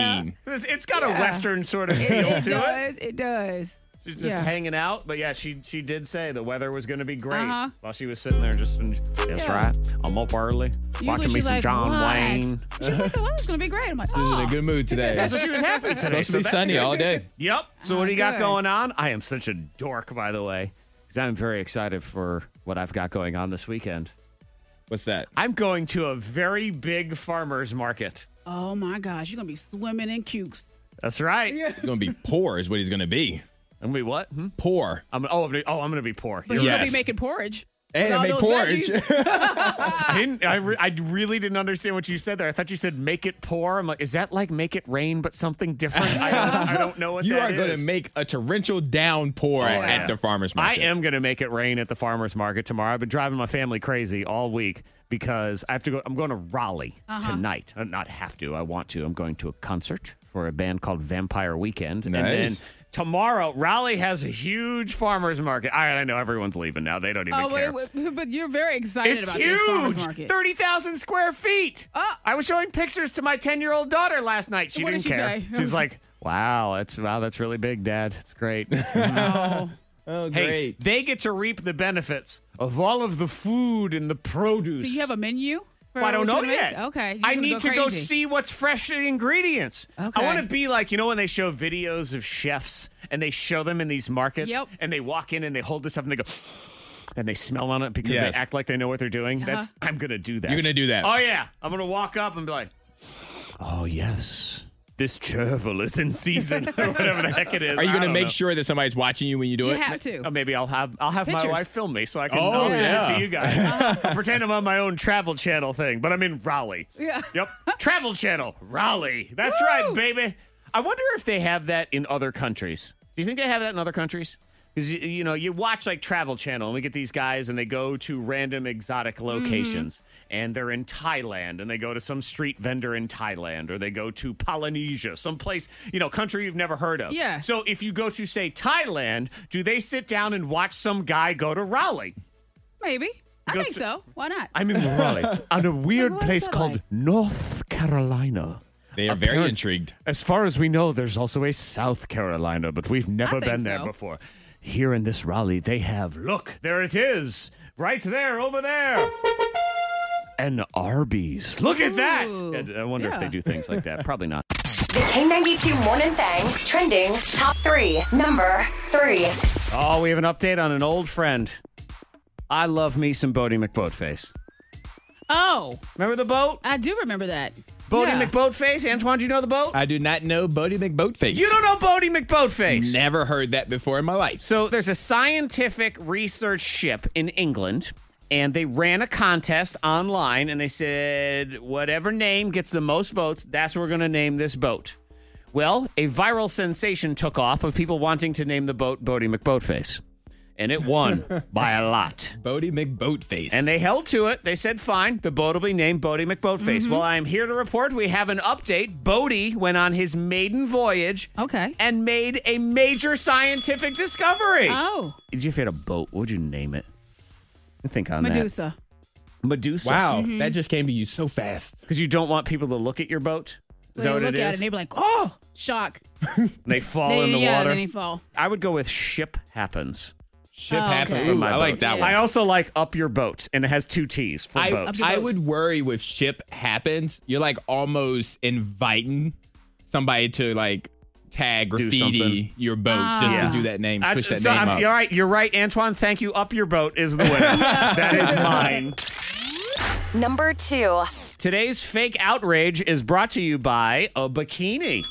Speaker 5: yeah.
Speaker 1: It's- it's got a western sort of
Speaker 5: it,
Speaker 1: feel
Speaker 5: it
Speaker 1: to it.
Speaker 5: does. It does.
Speaker 1: She's just
Speaker 5: yeah.
Speaker 1: hanging out, but yeah, she she did say the weather was going to be great
Speaker 5: Uh-huh.
Speaker 1: while she was sitting there. Just in, that's
Speaker 5: Yeah.
Speaker 1: right. I'm up early, watching me
Speaker 5: she's
Speaker 1: some
Speaker 5: like,
Speaker 1: John
Speaker 5: "What?"
Speaker 1: Wayne.
Speaker 5: She's like, "The weather's going to be great." I'm like,
Speaker 6: She was
Speaker 5: "Oh."
Speaker 6: in a good mood today.
Speaker 1: That's what she was happy today.
Speaker 6: supposed
Speaker 1: so
Speaker 6: to be
Speaker 1: that's
Speaker 6: sunny
Speaker 1: good.
Speaker 6: all day.
Speaker 1: Yep. So what do you got
Speaker 5: good.
Speaker 1: going on? I am such a dork, by the way, because I'm very excited for what I've got going on this weekend.
Speaker 6: What's that?
Speaker 1: I'm going to a very big farmers market.
Speaker 5: Oh my gosh, you're going to be swimming in cukes.
Speaker 1: That's right.
Speaker 6: He's gonna be poor, is what he's gonna be.
Speaker 1: I'm gonna be what? Hmm?
Speaker 6: Poor.
Speaker 1: I'm oh, I'm gonna, oh, I'm gonna be poor.
Speaker 5: But
Speaker 1: You're
Speaker 5: you're
Speaker 1: right.
Speaker 5: going
Speaker 6: Yes.
Speaker 5: to be making porridge.
Speaker 6: And
Speaker 5: With
Speaker 6: I
Speaker 5: all
Speaker 6: make
Speaker 5: those
Speaker 6: porridge.
Speaker 5: veggies.
Speaker 1: I didn't. I, re- I really didn't understand what you said there. I thought you said make it pour. I'm like, is that like make it rain, but something different? I don't, I don't know what
Speaker 6: you
Speaker 1: that
Speaker 6: are gonna
Speaker 1: is. Oh,
Speaker 6: make a torrential downpour
Speaker 1: yeah.
Speaker 6: at the farmer's
Speaker 1: I
Speaker 6: market.
Speaker 1: am going to make it rain at the farmers market tomorrow. I've been driving my family crazy all week because I have to go. I'm going to Raleigh
Speaker 5: Uh-huh.
Speaker 1: tonight. Uh, Not have to. I want to. I'm going to a concert for a band called Vampire Weekend, and then
Speaker 6: Nice.
Speaker 1: tomorrow Raleigh has a huge farmers market. I, I know everyone's leaving now. They don't even
Speaker 5: Oh,
Speaker 1: care.
Speaker 5: wait, wait, but you're very excited
Speaker 1: It's
Speaker 5: about this farmer's
Speaker 1: huge.
Speaker 5: market. Oh.
Speaker 1: Thirty thousand square feet. I was showing pictures to my ten-year-old daughter last night. She
Speaker 5: What
Speaker 1: didn't
Speaker 5: did she
Speaker 1: care.
Speaker 5: say?
Speaker 1: She's like, "Wow, that's wow, that's really big, Dad. It's great."
Speaker 6: Oh,
Speaker 1: Hey,
Speaker 6: great.
Speaker 1: they get to reap the benefits of all of the food and the produce.
Speaker 5: So you have a menu? for
Speaker 1: Well, I don't
Speaker 5: what
Speaker 1: know
Speaker 5: you're gonna
Speaker 1: yet.
Speaker 5: make? Okay. you
Speaker 1: I
Speaker 5: just
Speaker 1: need to
Speaker 5: wanna
Speaker 1: go
Speaker 5: crazy.
Speaker 1: see what's fresh ingredients.
Speaker 5: Okay.
Speaker 1: I want to be like, you know, when they show videos of chefs and they show them in these markets
Speaker 5: Yep.
Speaker 1: and they walk in and they hold this up and they go and they smell on it because
Speaker 6: Yes.
Speaker 1: they act like they know what they're doing.
Speaker 5: Uh-huh.
Speaker 1: That's I'm going to do that.
Speaker 6: You're gonna do that.
Speaker 1: Oh yeah. I'm going to walk up and be like, "Oh yes. This chervil is in season or whatever the heck it is."
Speaker 6: Are you
Speaker 1: I
Speaker 6: gonna
Speaker 1: don't
Speaker 6: make
Speaker 1: know.
Speaker 6: sure that somebody's watching you when you do
Speaker 5: You
Speaker 6: it?
Speaker 5: have to.
Speaker 1: Oh, maybe I'll have I'll have my
Speaker 5: Pictures. Uh-huh.
Speaker 1: wife film me so I can
Speaker 6: Oh,
Speaker 1: I'll
Speaker 6: yeah.
Speaker 1: send it to you guys. I'll pretend I'm on my own travel channel thing, but I'm in Raleigh.
Speaker 5: Yeah.
Speaker 1: Yep. travel channel, Raleigh. That's
Speaker 5: Woo!
Speaker 1: right, baby. I wonder if they have that in other countries. Do you think they have that in other countries? Because you, you know you watch like Travel Channel and we get these guys and they go to random exotic
Speaker 5: Mm-hmm.
Speaker 1: locations and they're in Thailand and they go to some street vendor in Thailand or they go to Polynesia, some place you know country you've never heard of.
Speaker 5: Yeah.
Speaker 1: So if you go to say Thailand, do they sit down and watch some guy go to Raleigh?
Speaker 5: Maybe. I
Speaker 1: Because-
Speaker 5: think so. Why not?
Speaker 1: I'm in Raleigh, on a weird
Speaker 5: Like, what's
Speaker 1: place
Speaker 5: that
Speaker 1: called
Speaker 5: like?
Speaker 1: North Carolina.
Speaker 6: They are very
Speaker 1: Apparent-
Speaker 6: intrigued.
Speaker 1: As far as we know, there's also a South Carolina, but we've never
Speaker 5: think
Speaker 1: been there
Speaker 5: so.
Speaker 1: before. Here in this Raleigh, they have look, there it is, right there, over there. An Arby's. Look at that.
Speaker 5: Ooh,
Speaker 1: I- I wonder if they
Speaker 5: yeah.
Speaker 1: do things like that. Probably not.
Speaker 2: The K92 Morning Thang trending top three. Number three.
Speaker 1: Oh, we have an update on an old friend. I love me some Bodie McBoatface.
Speaker 5: Oh,
Speaker 1: Remember the boat?
Speaker 5: I do remember that.
Speaker 1: Bodie
Speaker 5: Yeah.
Speaker 1: McBoatface? Antoine, do you know the boat?
Speaker 6: I do not know Bodie McBoatface.
Speaker 1: you don't know Bodie McBoatface.
Speaker 6: Never heard that before in my life.
Speaker 1: So there's a scientific research ship in England, and they ran a contest online, and they said whatever name gets the most votes, that's what we're going to name this boat. Well, a viral sensation took off of people wanting to name the boat Bodie McBoatface. and it won by a lot.
Speaker 6: Bodie McBoatface.
Speaker 1: And they held to it. They said, fine, the boat will be named Bodie McBoatface. Well, I'm here to report we have an update. Bodie went on his maiden voyage
Speaker 5: Okay.
Speaker 1: and made a major scientific discovery.
Speaker 5: Oh,
Speaker 1: Did you fit a boat? What would you name it? Think on
Speaker 5: Medusa.
Speaker 1: that. Medusa.
Speaker 6: wow,
Speaker 5: Mm-hmm.
Speaker 6: that just came to you so fast.
Speaker 1: Because you don't want people to look at your boat. Is
Speaker 5: They
Speaker 1: that what
Speaker 5: look
Speaker 1: it
Speaker 5: at it
Speaker 1: is?
Speaker 5: and they be like, oh, shock.
Speaker 1: And they fall
Speaker 5: They-
Speaker 1: in the
Speaker 5: yeah,
Speaker 1: water.
Speaker 5: then he fall.
Speaker 1: I would go with ship happens.
Speaker 6: Ship
Speaker 5: Oh,
Speaker 6: happens.
Speaker 5: okay.
Speaker 6: Ooh,
Speaker 1: from my
Speaker 6: I like
Speaker 1: boat.
Speaker 6: that
Speaker 1: I
Speaker 6: one.
Speaker 1: also like up your boat, and it has two T's for
Speaker 6: I,
Speaker 1: boat.
Speaker 5: your
Speaker 6: I
Speaker 5: boat.
Speaker 6: would worry with ship happens. You're like almost inviting somebody to like tag graffiti
Speaker 1: something.
Speaker 6: your boat just
Speaker 5: Ah.
Speaker 6: to do that name,
Speaker 1: That's-
Speaker 6: switch that
Speaker 1: so
Speaker 6: name
Speaker 1: I'm-
Speaker 6: up.
Speaker 1: You're right. You're right, Antoine. Thank you. Up your boat is the winner. that is mine.
Speaker 2: Number two.
Speaker 1: Today's fake outrage is brought to you by a bikini.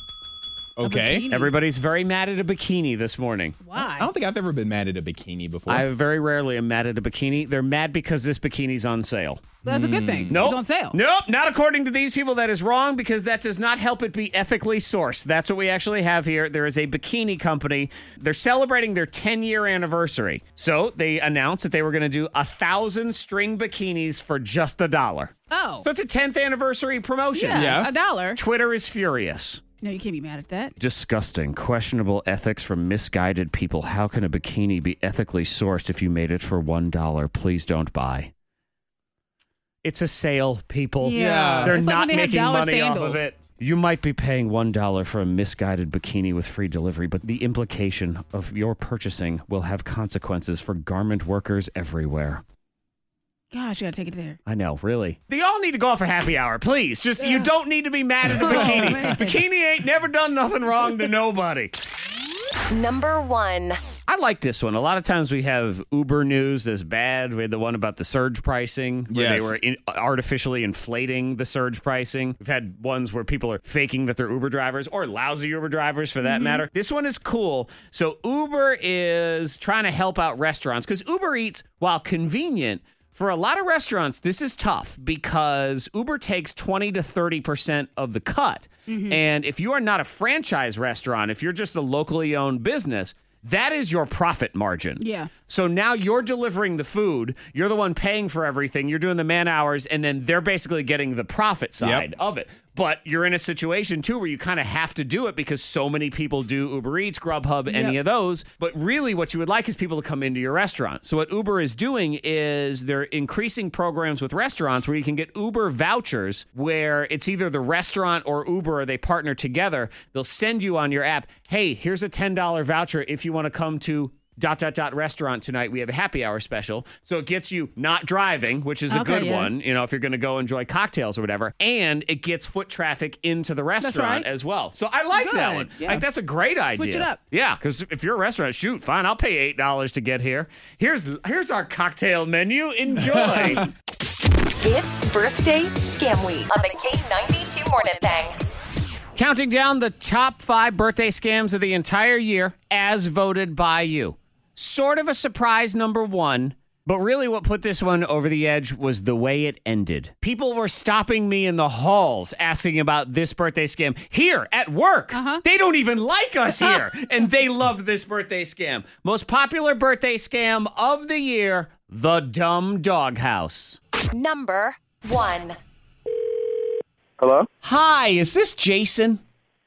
Speaker 6: Okay.
Speaker 5: bikini.
Speaker 1: Everybody's very mad at a bikini this morning.
Speaker 5: Why?
Speaker 6: I don't think I've ever been mad at a bikini before.
Speaker 1: I very rarely am mad at a bikini. They're mad because this bikini's on sale.
Speaker 5: That's a good thing.
Speaker 1: No,
Speaker 5: It's on sale.
Speaker 1: Mm. Nope, not according to these people. That is wrong because that does not help it be ethically sourced. That's what we actually have here. There is a bikini company. They're celebrating their 10 year anniversary. So they announced that they were going to do a thousand string bikinis for just a dollar.
Speaker 5: Oh.
Speaker 1: So it's a 10th anniversary promotion.
Speaker 5: yeah,
Speaker 6: Yeah.
Speaker 5: A dollar.
Speaker 1: Twitter is furious.
Speaker 5: No, you can't be mad at that.
Speaker 1: Disgusting, questionable ethics from misguided people. How can a bikini be ethically sourced if you made it for $1? Please don't buy. It's a sale, people.
Speaker 5: Yeah.
Speaker 1: They're
Speaker 5: Uh, It's like
Speaker 1: not
Speaker 5: when they have
Speaker 1: making
Speaker 5: dollar
Speaker 1: money off of
Speaker 5: sandals.
Speaker 1: it. You might be paying $1 for a misguided bikini with free delivery, but the implication of your purchasing will have consequences for garment workers everywhere.
Speaker 5: Gosh, you gotta take it there.
Speaker 1: I know, really. They all need to go out for happy hour, please. Just you don't need to be mad at the bikini.
Speaker 5: man.
Speaker 1: bikini ain't never done nothing wrong to nobody.
Speaker 2: Number one.
Speaker 1: I like this one. A lot of times we have Uber news that's bad. We had the one about the surge pricing where
Speaker 6: Yes.
Speaker 1: they were in, artificially inflating the surge pricing. We've had ones where people are faking that they're Uber drivers or lousy Uber drivers for that matter. This one is cool. So Uber is trying to help out restaurants because Uber Eats, while convenient, for a lot of restaurants, this is tough because Uber takes 20 to 30% of the cut. And if you are not a franchise restaurant, if you're just a locally owned business, that is your profit margin.
Speaker 5: Yeah.
Speaker 1: So now you're delivering the food, you're the one paying for everything, you're doing the man hours, and then they're basically getting the profit side of it. But you're in a situation too where you kind of have to do it because so many people do Uber Eats, Grubhub, any
Speaker 5: Yep.
Speaker 1: of those. But really, what you would like is people to come into your restaurant. So, what Uber is doing is they're increasing programs with restaurants where you can get Uber vouchers where it's either the restaurant or Uber, or they partner together. They'll send you on your app, hey, here's a $10 voucher if you want to come to dot dot dot restaurant tonight we have a happy hour special so it gets you not driving which is a
Speaker 5: Okay,
Speaker 1: good
Speaker 5: yeah.
Speaker 1: one you know if you're going to go enjoy cocktails or whatever and it gets foot traffic into the
Speaker 5: right.
Speaker 1: restaurant as well so i like that
Speaker 5: Good,
Speaker 1: one
Speaker 5: yeah.
Speaker 1: like that's a great idea
Speaker 5: Switch it up.
Speaker 1: yeah, because if you're a restaurant, shoot, fine, I'll pay eight dollars to get here. Here's here's our cocktail menu. Enjoy.
Speaker 2: It's birthday scam week on the K92 Morning Thing.
Speaker 1: Counting down the top five birthday scams of the entire year, as voted by you. Sort of a surprise number one, but really what put this one over the edge was the way it ended. People were stopping me in the halls asking about this birthday scam here at work. They don't even like us here, and they love this birthday scam. Most popular birthday scam of the year the dumb doghouse.
Speaker 2: Number one.
Speaker 7: Hello?
Speaker 1: Hi, is this Jason?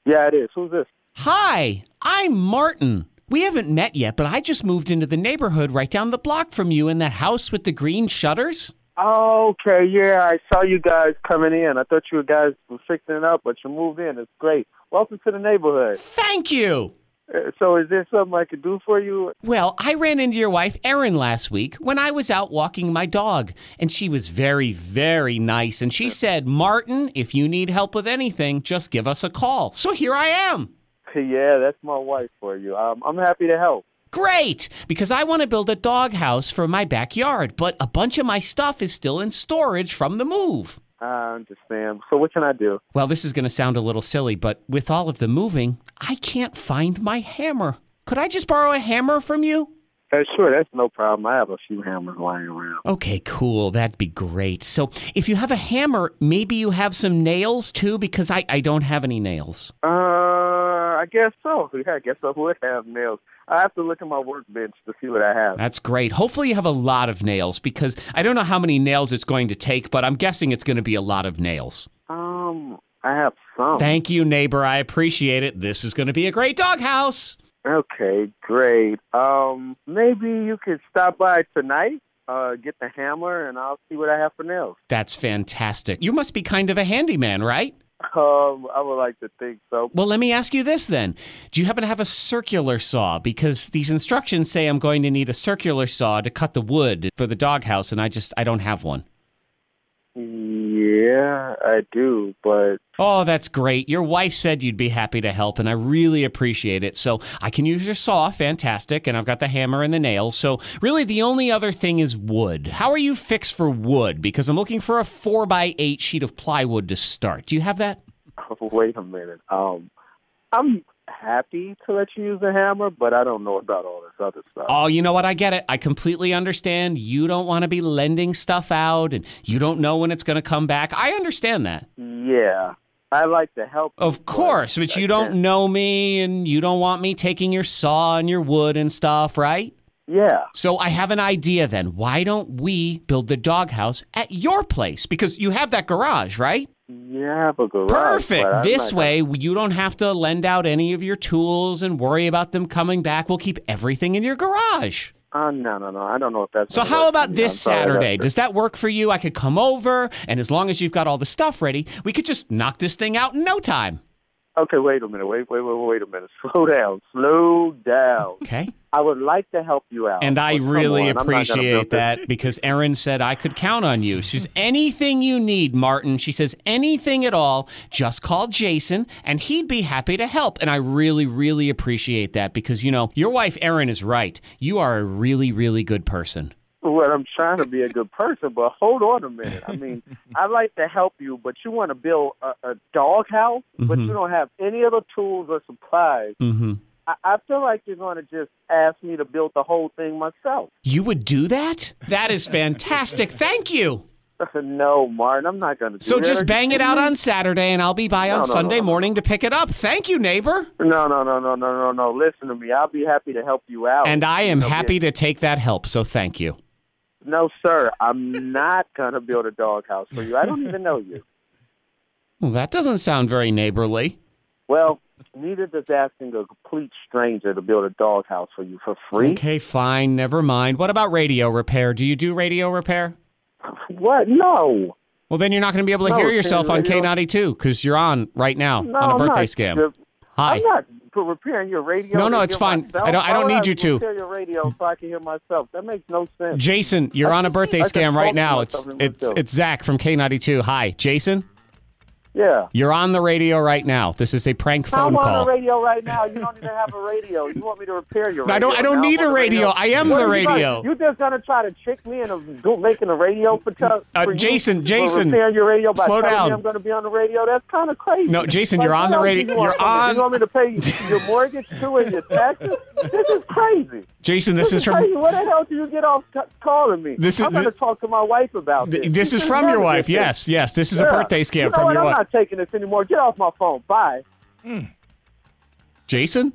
Speaker 7: Yeah, it is. Who's this?
Speaker 1: Hi, I'm Martin. We haven't met yet, but I just moved into the neighborhood right down the block from you in that house with the green shutters.
Speaker 7: Okay, yeah, I saw you guys coming in. I thought you guys were fixing it up, but you moved in. It's great. Welcome to the neighborhood.
Speaker 1: Thank you.
Speaker 7: Uh, So, is there something I could do for you?
Speaker 1: Well, I ran into your wife, Erin, last week when I was out walking my dog, and she was very, very nice. And she said, Martin, if you need help with anything, just give us a call. So here I am.
Speaker 7: Yeah, that's my wife for you. Um, I'm happy to help.
Speaker 1: Great, because I want to build a dog house for my backyard, but a bunch of my stuff is still in storage from the move.
Speaker 7: I understand. So, what can I do?
Speaker 1: Well, this is going to sound a little silly, but with all of the moving, I can't find my hammer. Could I just borrow a hammer from you?
Speaker 7: Uh, sure, that's no problem. I have a few hammers lying around.
Speaker 1: Okay, cool. That'd be great. So, if you have a hammer, maybe you have some nails too, because I, I don't have any nails.
Speaker 7: Uh, I guess so. Yeah, I guess I would have nails.
Speaker 3: I have to look at my workbench to see what I have.
Speaker 7: Uh,
Speaker 1: That's great. Hopefully, you have a lot of nails because I don't know how many nails it's going to take, but I'm guessing it's going to be a lot of nails.
Speaker 3: Um, I have some.
Speaker 1: Thank you, neighbor. I appreciate it. This is going to be a great doghouse.
Speaker 3: okay, great. Um, maybe you could stop by tonight. Uh, get the hammer, and I'll see what I have for nails.
Speaker 1: That's fantastic. You must be kind of a handyman, right?
Speaker 3: Um, I would like to think so.
Speaker 1: Well, let me ask you this then. Do you happen to have a circular saw? Because these instructions say I'm going to need a circular saw to cut the wood for the doghouse, and I just I don't have one.
Speaker 3: Yeah, I do, but
Speaker 1: Oh, that's great. Your wife said you'd be happy to help, and I really appreciate it. So I can use your saw, fantastic, and I've got the hammer and the nails. So really, the only other thing is wood. How are you fixed for wood? Because I'm looking for a four by eight sheet of plywood to start. Do you have that?
Speaker 3: wait a minute. Um, I'm happy to let you use the hammer, but I don't know about all this other stuff.
Speaker 1: Oh, you know what? I get it. I completely understand. You don't want to be lending stuff out, and you don't know when it's going to come back. I understand that.
Speaker 3: yeah, I like to help. you,
Speaker 1: Of
Speaker 3: but
Speaker 1: course, but
Speaker 3: I
Speaker 1: you don't
Speaker 3: can't-
Speaker 1: know me, and you don't want me taking your saw and your wood and stuff, right?
Speaker 3: Yeah.
Speaker 1: So I have an idea then. Why don't we build the doghouse at your place? Because you have that garage, right?
Speaker 3: Yeah, I have a garage.
Speaker 1: Perfect.
Speaker 3: but I'm
Speaker 1: this
Speaker 3: not
Speaker 1: way, you don't have to lend out any of your tools and worry about them coming back. We'll keep everything in your garage.
Speaker 3: Gonna, uh, no, no, no. I don't know if that's.
Speaker 1: So,
Speaker 3: gonna
Speaker 1: how
Speaker 3: work
Speaker 1: about
Speaker 3: for me.
Speaker 1: this
Speaker 3: I'm sorry,
Speaker 1: Saturday?
Speaker 3: that's-
Speaker 1: Does that work for you? I could come over, and as long as you've got all the stuff ready, we could just knock this thing out in no time.
Speaker 3: Okay, wait a minute. Wait, wait, wait, wait a minute. Slow down. Slow down.
Speaker 1: Okay.
Speaker 3: I would like to help you out.
Speaker 1: And I
Speaker 3: but Oh, come
Speaker 1: really
Speaker 3: on, I'm not gonna build
Speaker 1: appreciate
Speaker 3: this.
Speaker 1: that because Erin said I could count on you. She's anything you need, Martin. She says anything at all, just call Jason and he'd be happy to help. And I really, really appreciate that because, you know, your wife, Erin, is right. You are a really, really good person.
Speaker 3: Well, I'm trying to be a good person, but hold on a minute. I mean, I like to help you, but you want to build a, a doghouse, but you don't have any of the tools or supplies.
Speaker 1: Mm-hmm.
Speaker 3: I, I feel like you're going to just ask me to build the whole thing myself.
Speaker 1: You would do that? That is fantastic. Thank you.
Speaker 3: no, Martin, I'm not going to do
Speaker 1: So
Speaker 3: that. Are
Speaker 1: just
Speaker 3: you
Speaker 1: bang it
Speaker 3: kidding
Speaker 1: out
Speaker 3: me?
Speaker 1: on Saturday and I'll be by on
Speaker 3: No, no, no,
Speaker 1: Sunday
Speaker 3: no, no.
Speaker 1: morning to pick it up. Thank you, neighbor.
Speaker 3: No, no, no, no, no, no, no. Listen to me. I'll be happy to help you out.
Speaker 1: And I am
Speaker 3: Oh, No,
Speaker 1: happy to take that help. So thank you.
Speaker 3: No, sir. I'm not going to build a doghouse for you. I don't even know you.
Speaker 1: Well, that doesn't sound very neighborly.
Speaker 3: Well, neither does asking a complete stranger to build a doghouse for you for free.
Speaker 1: Okay, fine, never mind. What about radio repair? Do you do radio repair?
Speaker 3: What? No.
Speaker 1: Well, then you're not going to be able to
Speaker 3: No,
Speaker 1: hear
Speaker 3: it's
Speaker 1: yourself on
Speaker 3: radio.
Speaker 1: K92 because you're on right now
Speaker 3: No,
Speaker 1: on a
Speaker 3: I'm
Speaker 1: birthday
Speaker 3: not.
Speaker 1: scam.
Speaker 3: You're-
Speaker 1: Hi.
Speaker 3: I'm not p- repairing your radio.
Speaker 1: No, no,
Speaker 3: to
Speaker 1: it's
Speaker 3: hear
Speaker 1: fine.
Speaker 3: myself.
Speaker 1: I don't- I
Speaker 3: Why
Speaker 1: don't
Speaker 3: would
Speaker 1: need you to.
Speaker 3: Repair your radio so I can hear myself. That makes no sense.
Speaker 1: Jason, you're on a birthday
Speaker 3: I just
Speaker 1: scam right
Speaker 3: talked to
Speaker 1: now. It's
Speaker 3: myself in
Speaker 1: it's
Speaker 3: myself.
Speaker 1: it's Zach from K92. Hi, Jason.
Speaker 3: yeah.
Speaker 1: You're on the radio right now. This is a prank phone
Speaker 3: I'm on
Speaker 1: call.
Speaker 3: the radio right now. You don't even have a radio. You want me to repair your
Speaker 1: No,
Speaker 3: radio?
Speaker 1: I don't- I don't
Speaker 3: Now I'm
Speaker 1: need
Speaker 3: on
Speaker 1: a
Speaker 3: the
Speaker 1: radio. I am
Speaker 3: What
Speaker 1: the
Speaker 3: are you
Speaker 1: radio.
Speaker 3: gonna- You're just going to try to trick me into do- making a radio for, tell
Speaker 1: Uh,
Speaker 3: for you
Speaker 1: Jason,
Speaker 3: for
Speaker 1: Jason,
Speaker 3: repairing your radio by
Speaker 1: slow
Speaker 3: telling me
Speaker 1: down.
Speaker 3: I'm going to be on the radio. That's kind of crazy.
Speaker 1: No, Jason,
Speaker 3: Like,
Speaker 1: you're on
Speaker 3: what
Speaker 1: the
Speaker 3: else
Speaker 1: radio-
Speaker 3: do you want
Speaker 1: you're
Speaker 3: from me?
Speaker 1: on-
Speaker 3: You want me to pay your mortgage too and your taxes? This is crazy.
Speaker 1: Jason, this is
Speaker 3: crazy.
Speaker 1: from
Speaker 3: What the hell do you get off c- calling me?
Speaker 1: This is-
Speaker 3: I'm going to
Speaker 1: thi-
Speaker 3: talk to my wife about this.
Speaker 1: th- this
Speaker 3: She
Speaker 1: is
Speaker 3: should
Speaker 1: from your
Speaker 3: never
Speaker 1: wife.
Speaker 3: get
Speaker 1: Yes,
Speaker 3: this.
Speaker 1: yes. This is a
Speaker 3: Yeah.
Speaker 1: birthday
Speaker 3: You know
Speaker 1: scam from
Speaker 3: what?
Speaker 1: your
Speaker 3: I'm
Speaker 1: wife.
Speaker 3: not taking this anymore. Get off my phone. Bye.
Speaker 1: Jason.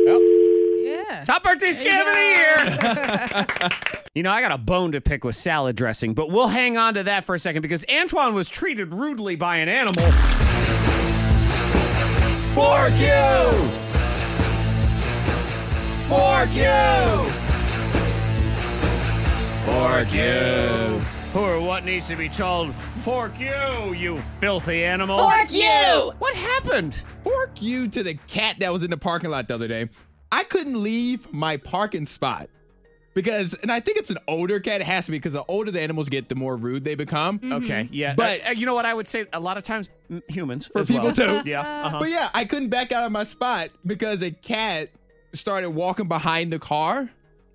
Speaker 5: Yeah.
Speaker 1: Top birthday scam of the year. you know, I got a bone to pick with salad dressing, but we'll hang on to that for a second because Antoine was treated rudely by an animal. Fork you! Fork you! Fork you! Or what needs to be told, fork you, you filthy animal.
Speaker 8: Fork you!
Speaker 1: What happened?
Speaker 6: Fork you to the cat that was in the parking lot the other day. I couldn't leave my parking spot because, and I think it's an older cat. It has to be because the older the animals get, the more rude they become.
Speaker 1: Okay, yeah.
Speaker 6: But-
Speaker 1: Uh, you know what I would say? A lot of times, m- humans
Speaker 6: For
Speaker 1: as
Speaker 6: people
Speaker 1: well.
Speaker 6: too.
Speaker 1: Yeah. Uh-huh.
Speaker 6: But yeah, I couldn't back out of my spot because a cat started walking behind the car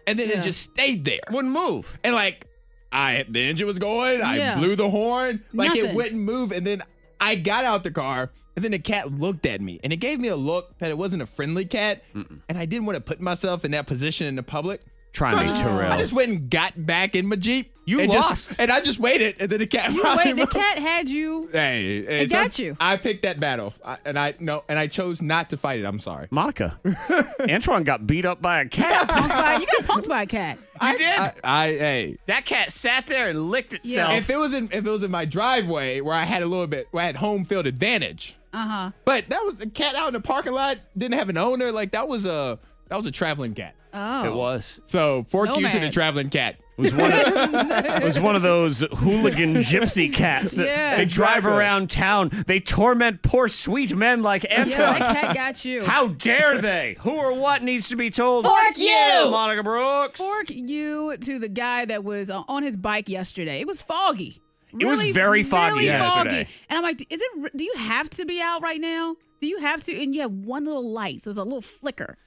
Speaker 6: and then it just stayed there.
Speaker 1: Wouldn't move.
Speaker 6: And like I the engine was going,
Speaker 5: Yeah.
Speaker 6: I blew the horn, like it
Speaker 5: Nothing.
Speaker 6: wouldn't move and then I got out the car and then the cat looked at me and it gave me a look that it wasn't a friendly cat and I didn't want to put myself in that position in the public.
Speaker 1: Try me,
Speaker 6: I just went and got back in my Jeep
Speaker 1: You
Speaker 6: and
Speaker 1: lost.
Speaker 6: Just, and I just waited, and then the cat.
Speaker 5: You
Speaker 6: finally
Speaker 5: wait, the
Speaker 6: rose.
Speaker 5: cat had you.
Speaker 6: Hey, hey,
Speaker 5: It
Speaker 6: so
Speaker 5: got you.
Speaker 6: I picked that battle, I, and I no, and I chose not to fight it. I'm sorry.
Speaker 1: Monica. Antoine got beat up by a cat.
Speaker 5: Punked by- you got punked by a cat.
Speaker 1: I did.
Speaker 6: I, I hey,
Speaker 1: that cat sat there and licked itself.
Speaker 6: if it was in if it was in my driveway where I had a little bit, where I had home field advantage. Uh
Speaker 5: Uh-huh.
Speaker 6: huh. But that was a cat out in the parking lot. Didn't have an owner. Like that was a that was a traveling cat.
Speaker 5: Oh.
Speaker 1: It was.
Speaker 6: So fork you to the
Speaker 5: Nomad.
Speaker 6: traveling cat.
Speaker 1: It was one of, it was one of those hooligan gypsy cats that
Speaker 5: Yeah.
Speaker 1: they drive
Speaker 6: Exactly.
Speaker 1: around town. They torment poor sweet men like
Speaker 5: Yeah,
Speaker 1: Antoine.
Speaker 5: that cat got you.
Speaker 1: How dare they? Who or what needs to be told?
Speaker 2: Fork you!
Speaker 1: Monica Brooks.
Speaker 5: fork you to the guy that was uh, on his bike yesterday. It was foggy.
Speaker 1: It was very foggy
Speaker 5: really
Speaker 1: yesterday.
Speaker 5: foggy. And I'm like, is it? re- Do you have to be out right now? Do you have to? And you have one little light, so it's a little flicker,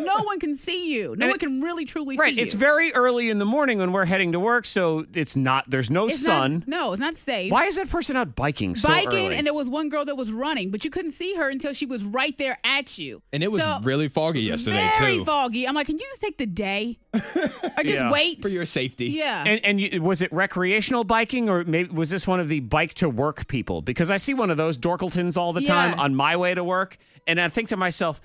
Speaker 5: no one can see you. No
Speaker 1: And
Speaker 5: one can really truly
Speaker 1: Right,
Speaker 5: see you.
Speaker 1: it's very early in the morning when we're heading to work, so it's not. There's no
Speaker 5: It's not-
Speaker 1: sun.
Speaker 5: no, it's not safe.
Speaker 1: Why is that person out biking so
Speaker 5: Biking,
Speaker 1: early?
Speaker 5: and there was one girl that was running, but you couldn't see her until she was right there at you.
Speaker 6: And it was
Speaker 5: So,
Speaker 6: really foggy yesterday
Speaker 5: very
Speaker 6: too.
Speaker 5: foggy. I'm like, can you just take the day, or just
Speaker 1: Yeah.
Speaker 5: wait
Speaker 6: for your safety.
Speaker 5: Yeah.
Speaker 1: And, and you, was it recreational biking, or maybe was this one of the bike to work people? Because I see one of those Dorkletons all the time
Speaker 5: Yeah.
Speaker 1: on my way to work, and I think to myself,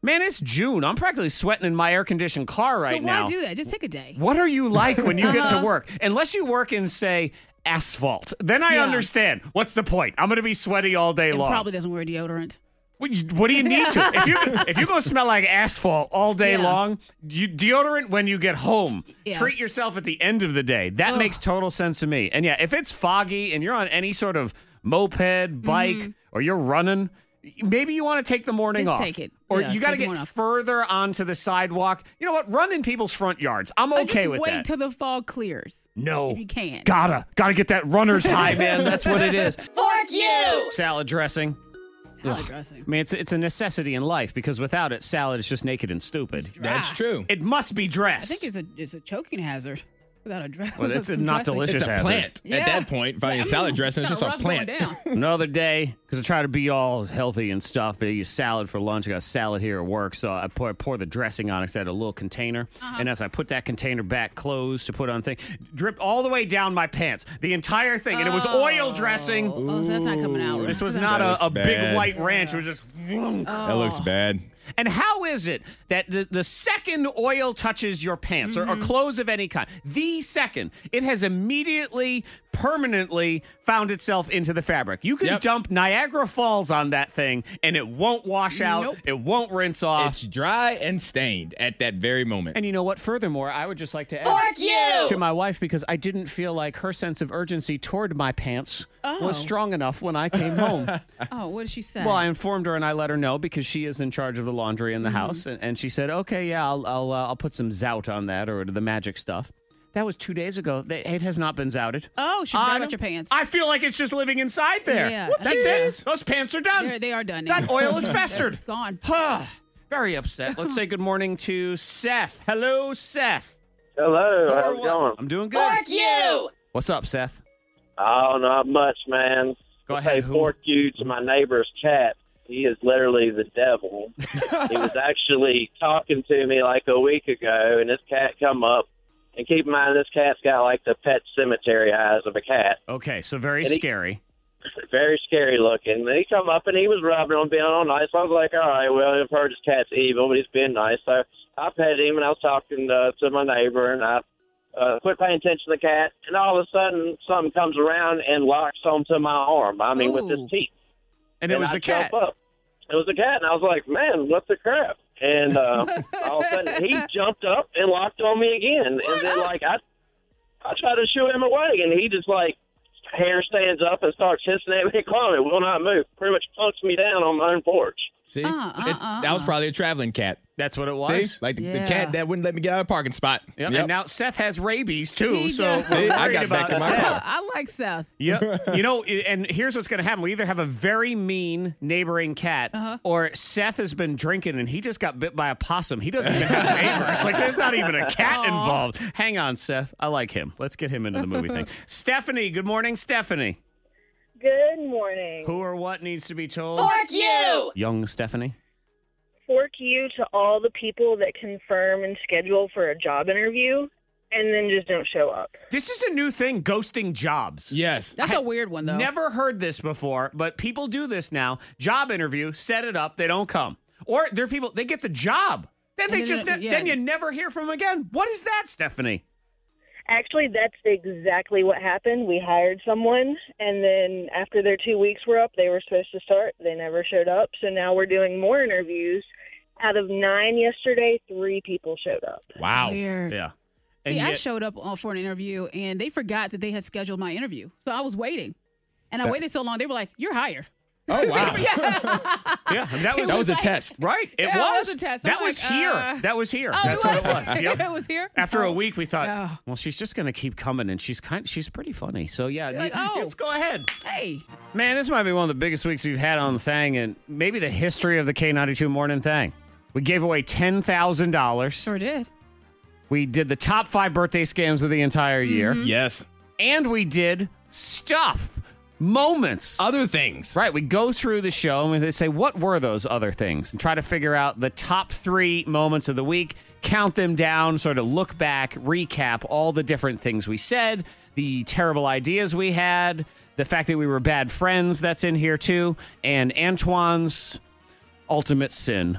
Speaker 1: "Man, it's June. I'm practically sweating in my air conditioned car
Speaker 5: so
Speaker 1: right
Speaker 5: why
Speaker 1: now.
Speaker 5: do Uh-huh. that? Just take a day.
Speaker 1: What are you like when you get to work? Unless you work in say asphalt, then I
Speaker 5: Yeah.
Speaker 1: understand. What's the point? I'm going to be sweaty all day
Speaker 5: And
Speaker 1: long.
Speaker 5: probably doesn't wear deodorant.
Speaker 1: What, you- what do you need to? If you if you go smell like asphalt all day
Speaker 5: Yeah.
Speaker 1: long, you deodorant when you get home.
Speaker 5: Yeah.
Speaker 1: Treat yourself at the end of the day. That
Speaker 5: Ugh.
Speaker 1: makes total sense to me. And yeah, if it's foggy and you're on any sort of moped, bike, or you're running, maybe you want to take the morning
Speaker 5: Mm-hmm.
Speaker 1: off.
Speaker 5: Just take it.
Speaker 1: Or
Speaker 5: Yeah,
Speaker 1: you got to
Speaker 5: take the morning
Speaker 1: get
Speaker 5: off.
Speaker 1: further onto the sidewalk. You know what? Run in people's front yards. I'm
Speaker 5: Or
Speaker 1: okay
Speaker 5: just
Speaker 1: with
Speaker 5: wait
Speaker 1: that.
Speaker 5: till the fog clears.
Speaker 1: no,
Speaker 5: if you can.
Speaker 1: Gotta gotta get that runner's high, man. That's what it is.
Speaker 8: Fork you!
Speaker 1: Salad dressing.
Speaker 5: Salad dressing.
Speaker 1: I mean, it's, it's a necessity in life because without it, salad is just naked and stupid.
Speaker 6: That's
Speaker 5: Dry.
Speaker 6: true.
Speaker 1: It must be
Speaker 5: I
Speaker 1: dressed.
Speaker 5: think it's a it's a choking hazard without a dress.
Speaker 1: Well,
Speaker 5: without
Speaker 1: it's
Speaker 5: some
Speaker 1: not
Speaker 5: dressing.
Speaker 1: delicious.
Speaker 6: It's a
Speaker 1: hazard.
Speaker 6: plant
Speaker 5: Yeah.
Speaker 6: at that point. Finding
Speaker 5: I
Speaker 6: a
Speaker 5: mean,
Speaker 6: salad dressing is
Speaker 5: got
Speaker 6: just a
Speaker 5: rough
Speaker 6: plant.
Speaker 5: Going down.
Speaker 1: Another day, because I try to be all healthy and stuff. I eat salad for lunch. I got salad here at work, so I pour, pour the dressing on it. 'cause I had a little container,
Speaker 5: Uh-huh.
Speaker 1: and as I put that container back closed to put on thing, dripped all the way down my pants, the entire thing, and it was oil dressing.
Speaker 5: Oh, so that's not coming out.
Speaker 1: This
Speaker 5: right?
Speaker 1: was not
Speaker 6: looks
Speaker 1: a, a big
Speaker 6: bad.
Speaker 1: white ranch. It was just.
Speaker 5: Oh.
Speaker 6: That looks bad.
Speaker 1: And how is it that the, the second oil touches your pants or, or
Speaker 6: Mm-hmm.
Speaker 1: clothes of any kind, the second, it has immediately, permanently found itself into the fabric? You can
Speaker 6: Yep.
Speaker 1: dump Niagara Falls on that thing and it won't wash out,
Speaker 5: Nope.
Speaker 1: it won't rinse off.
Speaker 6: It's dry and stained at that very moment.
Speaker 1: and you know what? Furthermore, I would just like to add
Speaker 8: Fork you!
Speaker 1: to my wife because I didn't feel like her sense of urgency toward my pants
Speaker 6: Oh.
Speaker 1: was strong enough when I came home.
Speaker 5: Oh, what did she say?
Speaker 1: Well, I informed her and I let her know because she is in charge of the laundry in the house, and, and she said, "Okay, yeah, I'll I'll, uh, I'll put some zout on that or the magic stuff." That was two days ago. That- It has not been zouted.
Speaker 5: Oh, she forgot
Speaker 1: I
Speaker 5: about
Speaker 1: know.
Speaker 5: your pants.
Speaker 1: I feel like it's just living inside there.
Speaker 5: Yeah,
Speaker 1: Whoop,
Speaker 5: I
Speaker 1: that's
Speaker 5: think
Speaker 1: it. Those pants are done.
Speaker 5: They're- they are done now.
Speaker 1: That oil is festered.
Speaker 5: It's gone.
Speaker 1: Huh. Very upset. Let's say good morning to Seth. Hello, Seth.
Speaker 3: Hello, how's
Speaker 1: Or
Speaker 3: it
Speaker 1: what?
Speaker 3: going?
Speaker 1: I'm doing good.
Speaker 8: Fork you!
Speaker 1: What's up, Seth?
Speaker 3: Oh, not much, man.
Speaker 1: Go
Speaker 3: I
Speaker 1: ahead,
Speaker 3: Say
Speaker 1: who?
Speaker 3: fork you to my neighbor's cat. He is literally the devil. he was actually talking to me like a week ago, and this cat come up. And keep in mind, this cat's got like the pet cemetery eyes of a cat.
Speaker 1: Okay, so very
Speaker 3: Any-
Speaker 1: scary.
Speaker 3: very scary looking. And he come up and he was rubbing on, being all nice. I was like, all right, well, I've heard his cat's evil, but he's being nice. So I petted him and I was talking to, to my neighbor and I uh, quit paying attention to the cat. And all of a sudden, something comes around and locks onto my arm. I mean, with
Speaker 5: Ooh.
Speaker 3: his teeth.
Speaker 1: And it was
Speaker 3: I
Speaker 1: the cat.
Speaker 3: Jump up. It was a cat, and I was like, "Man, what the crap?" And uh, all of a sudden, he jumped up and locked on me again, and then like I, I tried to shoo him away, and he just like hair stands up and starts hissing at me, climbing, will not move, pretty much punks me down on my own porch.
Speaker 6: See,
Speaker 5: Uh, uh,
Speaker 6: It-
Speaker 5: uh,
Speaker 6: that was
Speaker 5: uh.
Speaker 6: probably a traveling cat.
Speaker 1: That's what it
Speaker 6: See,
Speaker 1: was.
Speaker 6: like the, the
Speaker 5: Yeah.
Speaker 6: cat that wouldn't let me get out of the parking spot.
Speaker 1: Yep.
Speaker 6: Yep.
Speaker 1: And now Seth has rabies too,
Speaker 5: He
Speaker 1: so
Speaker 5: does.
Speaker 1: we're
Speaker 6: See, I
Speaker 1: worried
Speaker 6: got back
Speaker 1: about
Speaker 6: in my
Speaker 1: Seth.
Speaker 6: car.
Speaker 5: Oh, I like Seth.
Speaker 1: Yep. you know, i- and here's what's going to happen: we either have a very mean neighboring cat,
Speaker 5: Uh-huh.
Speaker 1: or Seth has been drinking and he just got bit by a possum. He doesn't even have neighbors. Like, there's not even a cat involved. Hang on, Seth. I like him. Let's get him into the movie thing. Stephanie, good morning, Stephanie.
Speaker 9: Good morning.
Speaker 1: Who or what needs to be told?
Speaker 8: Fork you!
Speaker 1: Young Stephanie.
Speaker 9: Fork you to all the people that confirm and schedule for a job interview and then just don't show up.
Speaker 1: This is a new thing, ghosting jobs.
Speaker 6: Yes.
Speaker 5: That's a weird one, though.
Speaker 1: Never heard this before, but people do this now. Job interview, set it up, they don't come. Or there are people, they get the job. Then they
Speaker 5: then
Speaker 1: just,
Speaker 5: they-
Speaker 1: ne-
Speaker 5: yeah.
Speaker 1: then you never hear from them again. What is that, Stephanie?
Speaker 9: Actually, that's exactly what happened. We hired someone, and then after their two weeks were up, they were supposed to start. They never showed up, so now we're doing more interviews. Out of nine yesterday, three people showed up.
Speaker 1: Wow.
Speaker 5: Weird.
Speaker 1: Yeah. And
Speaker 5: See, I
Speaker 1: yet-
Speaker 5: showed up uh, for an interview and they forgot that they had scheduled my interview. So I was waiting. And I waited so long, they were like, You're hired.
Speaker 6: Oh wow.
Speaker 1: yeah, I mean, that was,
Speaker 6: that was a test.
Speaker 5: Mm-hmm.
Speaker 1: right. It
Speaker 5: Yeah, it
Speaker 1: was.
Speaker 5: was a test. I'm
Speaker 1: That
Speaker 5: like,
Speaker 1: was here.
Speaker 5: uh,
Speaker 1: that was here.
Speaker 5: Oh,
Speaker 1: That's
Speaker 5: it was.
Speaker 1: what it was. Yep.
Speaker 5: it was here.
Speaker 1: After a
Speaker 5: Oh.
Speaker 1: week, we thought,
Speaker 5: Yeah.
Speaker 1: well, she's just going to keep coming, and she's kind. She's pretty funny. So yeah,
Speaker 5: like,
Speaker 1: y-
Speaker 5: oh.
Speaker 1: let's go ahead.
Speaker 5: Hey.
Speaker 1: Man, this might be one of the biggest weeks we've had on the thing, and maybe the history of the K92 morning thing. We gave away ten thousand dollars.
Speaker 5: Sure did.
Speaker 1: We did the top five birthday scams of the entire year,
Speaker 6: Yes.
Speaker 1: and we did stuff, moments.
Speaker 6: Other things.
Speaker 1: Right, we go through the show and we say what were those other things, and try to figure out the top three moments of the week, count them down, sort of look back, recap all the different things we said, the terrible ideas we had, the fact that we were bad friends that's in here too, and Antoine's ultimate sin.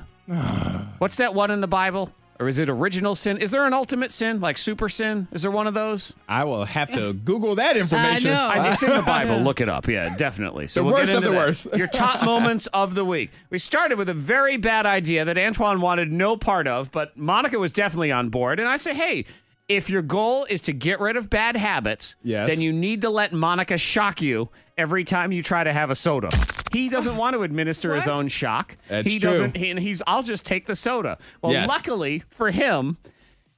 Speaker 1: What's that one in the Bible? Or is it original sin? Is there an ultimate sin, like super sin? Is there one of those?
Speaker 6: I will have to Google that information.
Speaker 5: I know.
Speaker 1: I- it's in the Bible. Look it up. Yeah, definitely. So
Speaker 6: The
Speaker 1: we'll
Speaker 6: worst
Speaker 1: get
Speaker 6: of
Speaker 1: into
Speaker 6: the
Speaker 1: that.
Speaker 6: worst.
Speaker 1: Your top moments of the week. We started with a very bad idea that Antoine wanted no part of, but Monica was definitely on board. And I say, hey, if your goal is to get rid of bad habits,
Speaker 6: Yes.
Speaker 1: then you need to let Monica shock you every time you try to have a soda. He doesn't want to administer his
Speaker 5: What?
Speaker 1: own shock.
Speaker 6: That's
Speaker 1: he
Speaker 6: true.
Speaker 1: doesn't he- and he's I'll just take the soda. Well,
Speaker 6: Yes.
Speaker 1: luckily for him,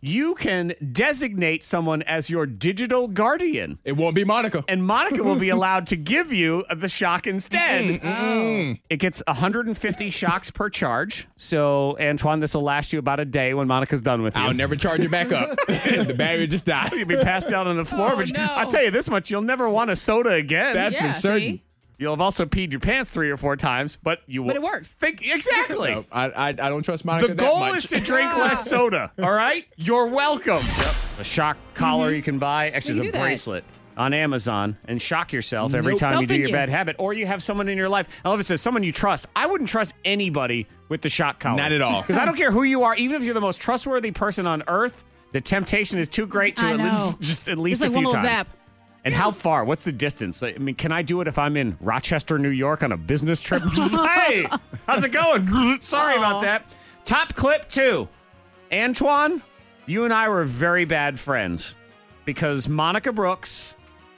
Speaker 1: you can designate someone as your digital guardian
Speaker 6: It won't be Monica.
Speaker 1: and Monica will be allowed to give you the shock
Speaker 6: Mm,
Speaker 1: instead. It gets 150 shocks per charge. So, Antoine, this will last you about a day when Monica's done with you.
Speaker 6: I'll never charge it back up. the battery just died.
Speaker 1: You'll be passed out on the floor,
Speaker 5: Oh,
Speaker 1: but you-
Speaker 5: no.
Speaker 1: I'll tell you this much you'll never want a soda again.
Speaker 6: That's
Speaker 5: Yeah,
Speaker 6: for certain.
Speaker 5: see?
Speaker 1: You'll have also peed your pants three or four times, but you will.
Speaker 5: But it works.
Speaker 1: Think, exactly.
Speaker 6: No, I, I I don't trust Monica.
Speaker 1: The
Speaker 6: that
Speaker 1: goal
Speaker 6: much.
Speaker 1: is to drink less soda. All right, you're welcome. A shock collar you can buy. Actually,
Speaker 5: You
Speaker 1: it's a
Speaker 5: Mm-hmm. can do that.
Speaker 1: bracelet on Amazon, and shock yourself every
Speaker 6: Nope.
Speaker 1: time you do
Speaker 5: Helping
Speaker 1: your
Speaker 5: you.
Speaker 1: bad habit, or you have someone in your life. Elvis says someone you trust. I wouldn't trust anybody with the shock collar.
Speaker 6: Not at all.
Speaker 1: Because I don't care who you are, even if you're the most trustworthy person on earth, the temptation is too great to
Speaker 5: I
Speaker 1: at
Speaker 5: know.
Speaker 1: least just at least
Speaker 5: It's like
Speaker 1: a
Speaker 5: one
Speaker 1: few
Speaker 5: little
Speaker 1: times.
Speaker 5: zap.
Speaker 1: And how far? What's the distance? I mean, can I do it if I'm in Rochester, New York on a business trip? hey, how's it going? Sorry about that. Top clip two. Antoine, you and I were very bad friends because Monica Brooks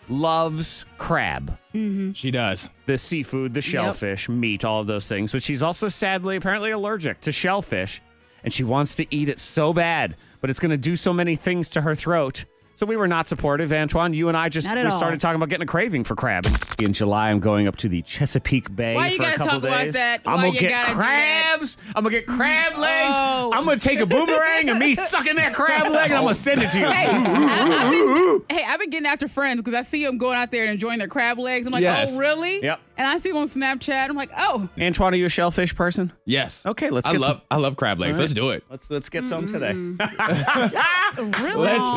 Speaker 1: loves crab,
Speaker 6: She does.
Speaker 1: the seafood, the shellfish, meat, all of those things. But she's also sadly, apparently allergic to shellfish and she wants to eat it so bad, but it's going to do so many things to her throat. So we were not supportive, Antoine. You and I just
Speaker 5: Not
Speaker 1: we
Speaker 5: at all.
Speaker 1: started talking about getting a craving for crab. In July, I'm going up to the Chesapeake Bay
Speaker 5: Why you
Speaker 1: for a
Speaker 5: gotta
Speaker 1: couple
Speaker 5: talk about
Speaker 1: days.
Speaker 5: that?
Speaker 1: I'm
Speaker 5: Why
Speaker 1: gonna
Speaker 5: you
Speaker 1: get
Speaker 5: gotta do that?
Speaker 1: crabs. I'm gonna get crab legs.
Speaker 5: Oh.
Speaker 1: I'm gonna take a boomerang and me sucking that crab leg, and I'm gonna send it to you.
Speaker 5: Hey, I, have been, hey, I've been getting after friends because I see them going out there and enjoying their crab legs. I'm like,
Speaker 6: Yes.
Speaker 5: oh, really?
Speaker 1: Yep.
Speaker 5: And I see them on Snapchat. I'm like, oh,
Speaker 1: Antoine, are you a shellfish person?
Speaker 6: Yes.
Speaker 1: Okay, let's
Speaker 6: I
Speaker 1: get
Speaker 6: love
Speaker 1: some-
Speaker 6: I love crab legs. Let's do it.
Speaker 1: Let's let's get some today.
Speaker 5: really?
Speaker 6: Let's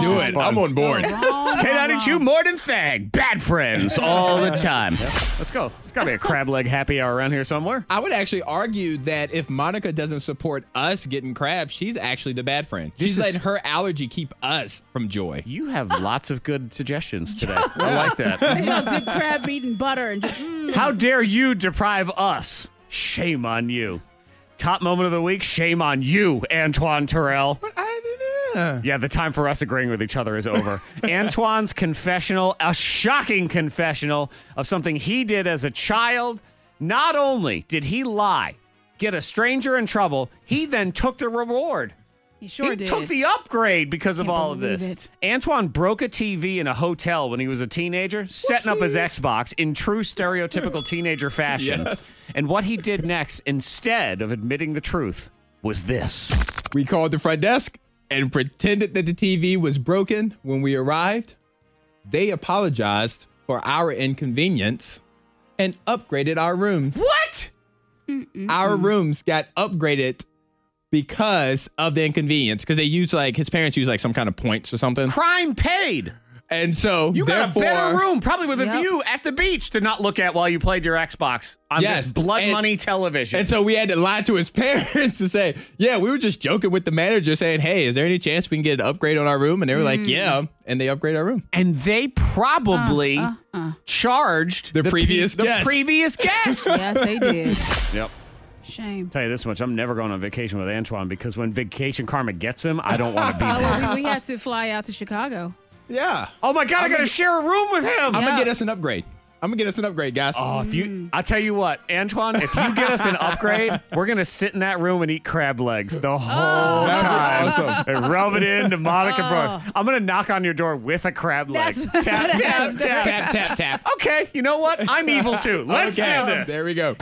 Speaker 6: do
Speaker 1: is
Speaker 6: it.
Speaker 1: fun.
Speaker 6: I'm on board.
Speaker 5: Wrong,
Speaker 1: K92 more than thang. Bad friends all the time. Let's go. There's got to be a crab leg happy hour around here somewhere.
Speaker 6: I would actually argue that if Monica doesn't support us getting crab, she's actually the bad friend.
Speaker 1: This
Speaker 6: She's
Speaker 1: is-
Speaker 6: letting her allergy keep us from joy.
Speaker 1: You have lots of good suggestions today. I like that.
Speaker 5: Y'all dip crab meat in butter and just mm,
Speaker 1: How dare you deprive us? Shame on you. Top moment of the week, shame on you, Antoine Terrell. Yeah, the time for us agreeing with each other is over. Antoine's confessional, a shocking confessional of something he did as a child. Not only did he lie, get a stranger in trouble, he then took the reward.
Speaker 5: he sure
Speaker 1: he
Speaker 5: did.
Speaker 1: took the upgrade because of
Speaker 5: Can't
Speaker 1: all of
Speaker 5: believe
Speaker 1: this.
Speaker 5: it.
Speaker 1: Antoine broke a TV in a hotel when he was a teenager, setting up his Xbox in true stereotypical teenager fashion.
Speaker 6: Yes.
Speaker 1: And what he did next, instead of admitting the truth, was this.
Speaker 6: We called the front desk and pretended that the TV was broken. When we arrived, they apologized for our inconvenience and upgraded our rooms.
Speaker 1: What?
Speaker 6: Our rooms got upgraded because of the inconvenience. Because they use like his parents use like some kind of points or something,
Speaker 1: Crime paid.
Speaker 6: and so
Speaker 1: You got
Speaker 6: therefore,
Speaker 1: a better room, probably with a
Speaker 5: Yep.
Speaker 1: view at the beach to not look at while you played your Xbox on
Speaker 6: Yes,
Speaker 1: this blood
Speaker 6: and-
Speaker 1: money television.
Speaker 6: And so we had to lie to his parents to say, yeah, we were just joking with the manager saying, hey, is there any chance we can get an upgrade on our room? And they were like,
Speaker 1: Hmm.
Speaker 6: yeah. And they upgrade our room.
Speaker 1: and they probably
Speaker 6: Uh,
Speaker 1: charged
Speaker 6: The previous
Speaker 1: the
Speaker 6: guest.
Speaker 1: previous guest.
Speaker 5: Yes, they did.
Speaker 1: Yep.
Speaker 5: Shame.
Speaker 1: Tell you this much, I'm never going on vacation with Antoine because when vacation karma gets him, I don't want to be
Speaker 5: Oh,
Speaker 1: there.
Speaker 5: well, we, we had to fly out to Chicago.
Speaker 6: Yeah.
Speaker 1: Oh my god, I got to
Speaker 6: gonna-
Speaker 1: share a room with him.
Speaker 6: I'm going
Speaker 5: Yeah.
Speaker 6: to get us an upgrade. I'm going to get us an upgrade, guys.
Speaker 1: Oh, if you, I tell you what, Antoine, if you get us an upgrade, we're gonna sit in that room and eat crab legs the whole
Speaker 6: That'd be
Speaker 1: time
Speaker 6: awesome.
Speaker 1: and rub it into Monica Brooks. I'm gonna knock on your door with a crab leg.
Speaker 5: That's-
Speaker 1: tap, tap, tap,
Speaker 6: Hmm. tap, tap, tap.
Speaker 1: Okay, you know what? I'm evil too. Let's do this.
Speaker 6: There we go.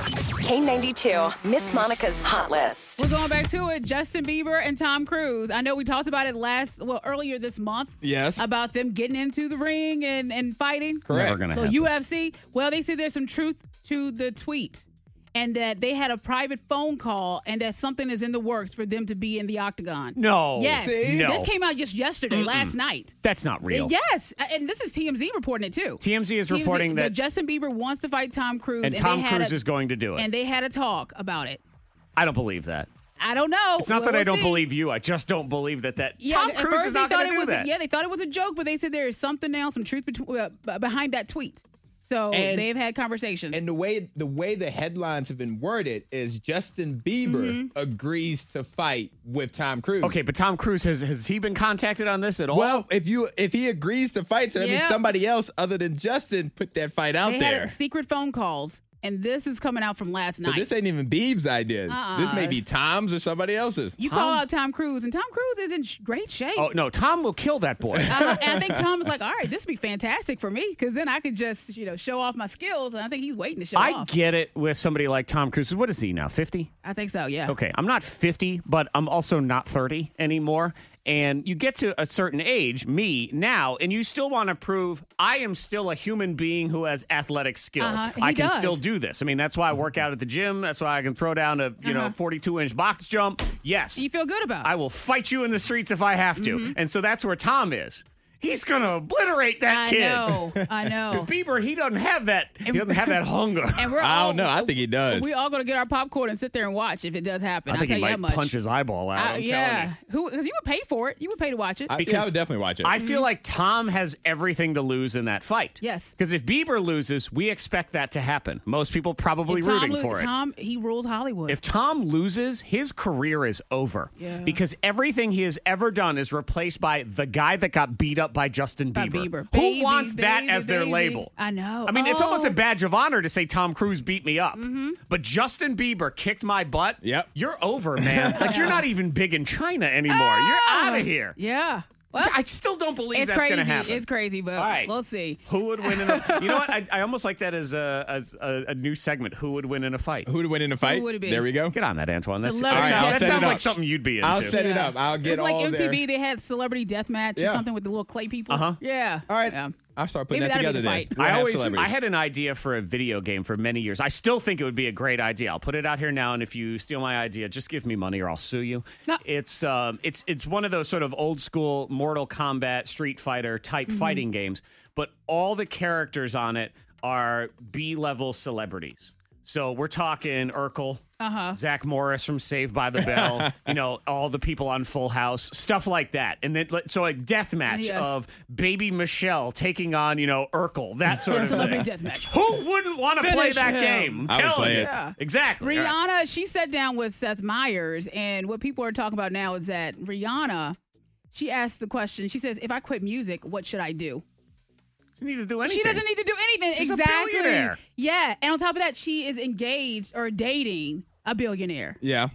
Speaker 2: K92, Miss Monica's Hot List.
Speaker 5: We're going back to it. Justin Bieber and Tom Cruise. I know we talked about it last, well, earlier this month.
Speaker 6: Yes.
Speaker 5: About them getting into the ring and, and fighting.
Speaker 6: Correct.
Speaker 1: Never gonna
Speaker 5: So
Speaker 1: happen.
Speaker 5: UFC. Well, they say there's some truth to the tweet, and that they had a private phone call, and that something is in the works for them to be in the octagon.
Speaker 1: no.
Speaker 5: Yes.
Speaker 1: No.
Speaker 5: This came out just yesterday, last night.
Speaker 1: That's not real.
Speaker 5: Yes, and this is TMZ reporting it too.
Speaker 1: TMZ is reporting that-
Speaker 5: Justin Bieber wants to fight Tom Cruise,
Speaker 1: And
Speaker 5: they
Speaker 1: Tom
Speaker 5: had
Speaker 1: Cruise
Speaker 5: a-
Speaker 1: is going to do it.
Speaker 5: And they had a talk about it.
Speaker 1: I don't believe that.
Speaker 5: I don't know.
Speaker 1: It's not
Speaker 5: Well,
Speaker 1: that I
Speaker 5: we'll
Speaker 1: don't
Speaker 5: see.
Speaker 1: believe you. I just don't believe that that
Speaker 5: Yeah,
Speaker 1: Tom
Speaker 5: at
Speaker 1: Cruise
Speaker 5: first
Speaker 1: is
Speaker 5: they
Speaker 1: not
Speaker 5: thought
Speaker 1: going to
Speaker 5: it
Speaker 1: do
Speaker 5: was
Speaker 1: that.
Speaker 5: A, yeah, they thought it was a joke, but they said there is something now, some truth between, uh, b- behind that tweet. So
Speaker 6: And-
Speaker 5: they've had conversations.
Speaker 6: And the way the way the headlines have been worded is Justin Bieber agrees to fight with Tom Cruise.
Speaker 1: Mm-hmm. Okay, but Tom Cruise has has he been contacted on this at all?
Speaker 6: Well, if you if he agrees to fight, so that means
Speaker 5: Yeah.
Speaker 6: somebody else other than Justin put that fight out
Speaker 5: they
Speaker 6: there.
Speaker 5: had secret phone calls, and this is coming out from last
Speaker 6: So
Speaker 5: night.
Speaker 6: this ain't even Beeb's idea. This
Speaker 5: Uh-uh.
Speaker 6: may be Tom's or somebody else's.
Speaker 5: you call out Tom Cruise, and Tom Cruise is in sh- great shape.
Speaker 1: oh no, Tom will kill that boy.
Speaker 5: Uh, and I think Tom was like, "All right, this would be fantastic for me because then I could just, you know, show off my skills." And I think he's waiting to show
Speaker 1: I
Speaker 5: off.
Speaker 1: get it with somebody like Tom Cruise. What is he now? Fifty?
Speaker 5: I think so. Yeah.
Speaker 1: Okay, I'm not 50, but I'm also not 30 anymore. And you get to a certain age, me now, and you still want to prove I am still a human being who has athletic skills.
Speaker 5: Uh-huh, he
Speaker 1: I can
Speaker 5: does.
Speaker 1: still do this. I mean, that's why I work out at the gym. That's why I can throw down a you know 42 inch box jump. Yes,
Speaker 5: Uh-huh. You feel good about? it.
Speaker 1: I will fight you in the streets if I have to.
Speaker 5: Mm-hmm.
Speaker 1: And so that's where Tom is. He's gonna obliterate that
Speaker 5: I
Speaker 1: kid.
Speaker 5: know. I know.
Speaker 1: Bieber, he doesn't have that. He doesn't have that hunger.
Speaker 5: And we're
Speaker 6: I
Speaker 5: all,
Speaker 6: don't know. I think he does.
Speaker 5: we all gonna get our popcorn and sit there and watch if it does happen.
Speaker 1: I
Speaker 5: will
Speaker 1: think
Speaker 5: tell
Speaker 1: he
Speaker 5: you that
Speaker 1: might
Speaker 5: much.
Speaker 1: punch his eyeball out.
Speaker 5: I-
Speaker 1: I'm telling you.
Speaker 5: yeah. Who? Because you would pay for it. You would pay to watch it.
Speaker 6: I, I
Speaker 1: because-
Speaker 6: would definitely watch it.
Speaker 1: I feel like Tom has everything to lose in that fight.
Speaker 5: Mm-hmm. Yes.
Speaker 1: Because if Bieber loses, we expect that to happen. Most people probably
Speaker 5: If Tom
Speaker 1: rooting
Speaker 5: lo-
Speaker 1: for it.
Speaker 5: Tom, he rules Hollywood.
Speaker 1: If Tom loses, his career is over.
Speaker 5: Yeah.
Speaker 1: Because everything he has ever done is replaced by the guy that got beat up by Justin
Speaker 5: By
Speaker 1: Bieber.
Speaker 5: Bieber.
Speaker 1: Who
Speaker 5: Baby,
Speaker 1: wants that
Speaker 5: baby,
Speaker 1: as their
Speaker 5: baby.
Speaker 1: label?
Speaker 5: I know.
Speaker 1: I mean, it's almost
Speaker 5: Oh. Mm-hmm.
Speaker 1: a badge of honor to say Tom Cruise beat me up. But Justin Bieber kicked my butt.
Speaker 6: Yep.
Speaker 1: You're over, man. like you're not even big in China anymore. You're out of here.
Speaker 5: yeah. Well,
Speaker 1: I still don't believe
Speaker 5: Ah. it's
Speaker 1: that's
Speaker 5: crazy.
Speaker 1: going to happen.
Speaker 5: It's crazy, but
Speaker 1: All right.
Speaker 5: we'll see.
Speaker 1: Who would win in a You know what? I, I almost like that as a as a, a new segment. Who would win in a fight?
Speaker 6: Who would win in a fight?
Speaker 5: Who would it be?
Speaker 6: There we go.
Speaker 1: Get on that, Antoine. That's,
Speaker 5: Celebrity
Speaker 1: that
Speaker 5: All right,
Speaker 1: sounds-
Speaker 5: I'll
Speaker 1: that
Speaker 5: set it
Speaker 1: sounds like
Speaker 6: up.
Speaker 1: something you'd be into.
Speaker 6: I'll set it up. I'll get
Speaker 5: It's like
Speaker 6: all
Speaker 5: MTV.
Speaker 6: there.
Speaker 5: They had celebrity death match or
Speaker 6: Yeah.
Speaker 5: something with the little clay people.
Speaker 1: Uh-huh.
Speaker 5: Yeah.
Speaker 6: All right.
Speaker 5: Yeah.
Speaker 6: I'll start putting
Speaker 5: Maybe
Speaker 6: that
Speaker 5: that'll be
Speaker 6: together
Speaker 5: the
Speaker 6: then.
Speaker 5: fight.
Speaker 6: We'll
Speaker 1: I
Speaker 6: have
Speaker 1: always I
Speaker 6: celebrities.
Speaker 1: had an idea for a video game for many years. I still think it would be a great idea. I'll put it out here now, and if you steal my idea, just give me money or I'll sue you.
Speaker 5: No.
Speaker 1: It's um it's it's one of those sort of old school Mortal Kombat, Street Fighter type
Speaker 5: Mm-hmm.
Speaker 1: fighting games, but all the characters on it are B level celebrities. So we're talking Urkel, uh-huh. Zach Morris from Saved by the Bell, you know, all the people on Full House, stuff like that. And then, like, so like death match
Speaker 5: Yes.
Speaker 1: of Baby Michelle taking on, you know, Urkel, that sort of thing.
Speaker 5: Celebrity death match.
Speaker 1: Who wouldn't want to play
Speaker 5: Finish
Speaker 1: that
Speaker 5: him.
Speaker 1: game? I'm
Speaker 6: I would
Speaker 1: telling
Speaker 6: play
Speaker 1: you.
Speaker 6: it.
Speaker 5: Yeah.
Speaker 1: Exactly. All right.
Speaker 5: Rihanna, she sat down with Seth Meyers, and what people are talking about now is that Rihanna, she asked the question. She says, "If I quit music, what should I do?"
Speaker 1: She doesn't need to do anything.
Speaker 5: She doesn't need to do anything.
Speaker 1: She's a
Speaker 5: exactly.
Speaker 1: billionaire.
Speaker 5: Yeah, and on top of that, she is engaged or dating a billionaire.
Speaker 6: Yeah.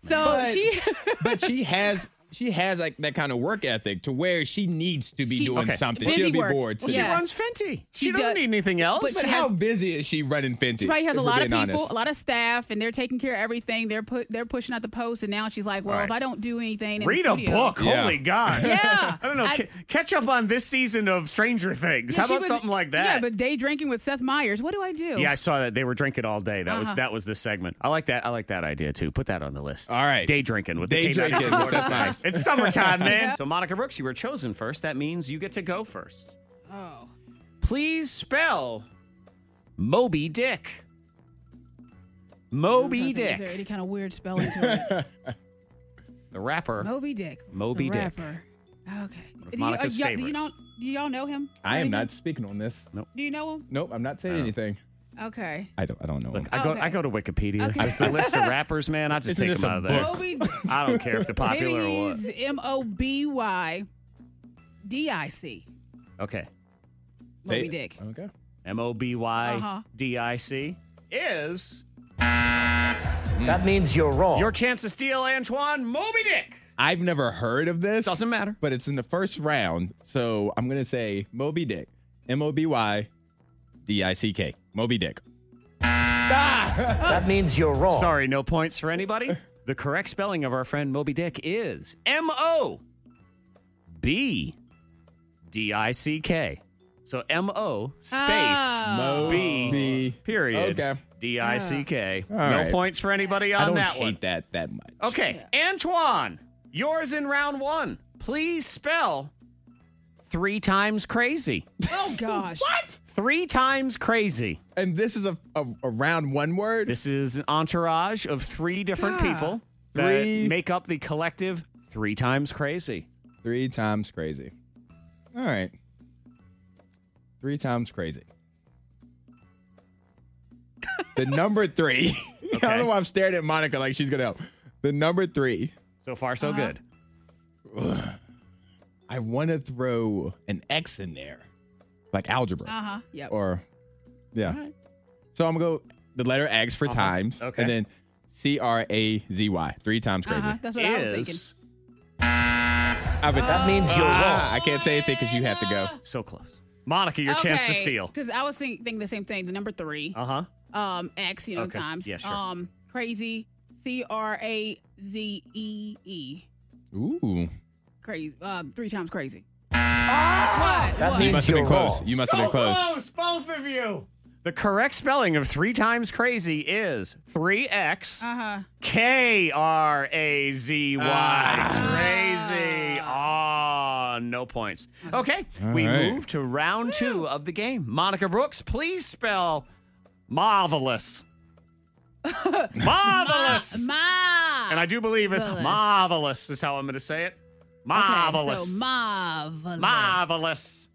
Speaker 5: So
Speaker 6: But-
Speaker 5: she,
Speaker 6: but she has she has like that kind of work ethic to where she needs to be
Speaker 5: She-
Speaker 6: doing
Speaker 1: Okay.
Speaker 6: something.
Speaker 5: Busy
Speaker 6: She'll be
Speaker 5: work.
Speaker 6: bored.
Speaker 5: Well,
Speaker 1: She
Speaker 5: Yeah.
Speaker 1: runs Fenty. She,
Speaker 5: She
Speaker 1: doesn't
Speaker 5: does-
Speaker 1: need anything else.
Speaker 6: But how busy is she running Fenty?
Speaker 5: She probably has
Speaker 6: if
Speaker 5: a
Speaker 6: we're
Speaker 5: lot of
Speaker 6: being
Speaker 5: people,
Speaker 6: honest?
Speaker 5: a lot of staff, and they're taking care of everything. They're put, they're pushing out the post, and now she's like, "Well,
Speaker 1: Right.
Speaker 5: if I don't do anything, in
Speaker 1: Read
Speaker 5: the
Speaker 1: a
Speaker 5: studio-
Speaker 1: book.
Speaker 6: Yeah.
Speaker 1: Holy God.
Speaker 5: Yeah.
Speaker 1: I don't know.
Speaker 5: I-
Speaker 1: ca- catch up on this season of Stranger Things.
Speaker 5: Yeah,
Speaker 1: How
Speaker 5: she
Speaker 1: about
Speaker 5: was-
Speaker 1: something like
Speaker 5: Yeah,
Speaker 1: that?
Speaker 5: but day drinking with Seth Meyers. What do I do?
Speaker 1: Yeah, I saw that they were drinking all day. That was
Speaker 5: Uh-huh.
Speaker 1: that was the segment. I like that. I like that idea too. Put that on the list.
Speaker 6: All right.
Speaker 1: day drinking with
Speaker 6: Day
Speaker 1: the K92
Speaker 6: drinking with Seth Meyers.
Speaker 1: It's summertime, man. So Monica Brooks, you were chosen first. That means you get to go first.
Speaker 5: Oh,
Speaker 1: Please spell Moby Dick. Moby
Speaker 5: I'm trying to think, Is there
Speaker 1: Dick,
Speaker 5: any kind of weird spelling to
Speaker 1: the
Speaker 5: it?
Speaker 1: rapper.
Speaker 5: Moby Dick.
Speaker 1: Moby
Speaker 5: the
Speaker 1: Dick.
Speaker 5: Rapper. Okay.
Speaker 1: of
Speaker 5: Do you- uh,
Speaker 1: Monica's
Speaker 5: y'all- do you
Speaker 1: favorites.
Speaker 5: know? Do y'all know him?
Speaker 6: I am
Speaker 5: Maybe?
Speaker 6: not speaking on this.
Speaker 5: Do you know him?
Speaker 6: Nope, I'm not saying anything.
Speaker 5: Okay.
Speaker 6: Oh. I don't. I don't know.
Speaker 1: Look, I go
Speaker 5: Okay.
Speaker 1: I go to Wikipedia.
Speaker 5: Okay.
Speaker 1: There's a list of rappers, man. I just
Speaker 6: Isn't
Speaker 1: take
Speaker 6: this
Speaker 1: them
Speaker 6: a
Speaker 1: out of there.
Speaker 6: book?
Speaker 5: Moby.
Speaker 1: I don't care if they're popular
Speaker 5: maybe
Speaker 1: or what.
Speaker 5: he's M O B Y D I C.
Speaker 1: Okay.
Speaker 6: Say-
Speaker 5: Moby Dick.
Speaker 6: Okay.
Speaker 1: M O B Y D I C is
Speaker 10: That means you're wrong.
Speaker 1: your chance to steal Antoine Moby Dick.
Speaker 6: I've never heard of this.
Speaker 1: Doesn't matter.
Speaker 6: But it's in the first round, so I'm gonna say Moby Dick. M O B Y D I C K. Moby Dick.
Speaker 10: that means you're
Speaker 6: Oh.
Speaker 10: wrong.
Speaker 1: Sorry, no points for anybody. The correct spelling of our friend Moby Dick is M O B D I C K. So M O space
Speaker 5: Oh.
Speaker 1: B
Speaker 6: B.
Speaker 1: period
Speaker 6: Ah. Okay. Ah.
Speaker 1: D I C K. No
Speaker 6: All right.
Speaker 1: points for anybody on
Speaker 6: I don't
Speaker 1: that
Speaker 6: hate
Speaker 1: one.
Speaker 6: that that much.
Speaker 1: Okay, Antoine, yours in round one. Please spell three times crazy.
Speaker 5: Oh gosh. what?
Speaker 1: Three times crazy.
Speaker 6: And this is a, a, a round one word.
Speaker 1: This is an entourage of three different
Speaker 5: Yeah.
Speaker 1: people that
Speaker 6: Three.
Speaker 1: make up the collective three times crazy.
Speaker 6: Three times crazy. All right. Three times crazy. the number three. I don't
Speaker 1: Okay.
Speaker 6: know why I'm staring at Monica like she's gonna help. The number three.
Speaker 1: So far,
Speaker 5: Uh-huh.
Speaker 1: so good.
Speaker 6: I want to throw an X in there, like algebra,
Speaker 5: Uh huh. Yep.
Speaker 6: or yeah. So I'm gonna go the letter X
Speaker 5: Uh-huh.
Speaker 6: for times,
Speaker 1: Okay.
Speaker 6: and then C R A Z Y three times crazy.
Speaker 5: Uh-huh. That's what I was thinking.
Speaker 1: Is
Speaker 6: I would-
Speaker 10: That means you're
Speaker 6: Ah,
Speaker 10: wrong.
Speaker 6: I can't say anything because you have to go.
Speaker 1: so close. Monica, your chance to steal.
Speaker 5: Because I was think- thinking the same thing. The number three,
Speaker 1: Uh huh.
Speaker 5: um, X, you know,
Speaker 1: okay.
Speaker 5: times,
Speaker 1: Yeah, sure.
Speaker 5: um, crazy, C R A Z E E,
Speaker 6: Ooh,
Speaker 5: crazy, um, three times crazy. what?
Speaker 10: That
Speaker 5: what?
Speaker 10: means-
Speaker 6: you must have been
Speaker 10: you're
Speaker 6: close.
Speaker 10: wrong.
Speaker 6: You must have been close.
Speaker 1: both of you. The correct spelling of three times crazy is three X.
Speaker 5: uh-huh.
Speaker 1: K R A Z Y.
Speaker 5: Ah.
Speaker 1: Crazy. Ah, no points. Okay, we
Speaker 6: right.
Speaker 1: move to round two of the game. Monica Brooks, please spell marvelous. marvelous.
Speaker 5: Ma.
Speaker 1: and I do believe it.
Speaker 5: Marvelous.
Speaker 1: Marvelous is how I'm going to say it.
Speaker 5: Okay,
Speaker 1: Marvelous.
Speaker 5: so marvelous.
Speaker 1: marvelous.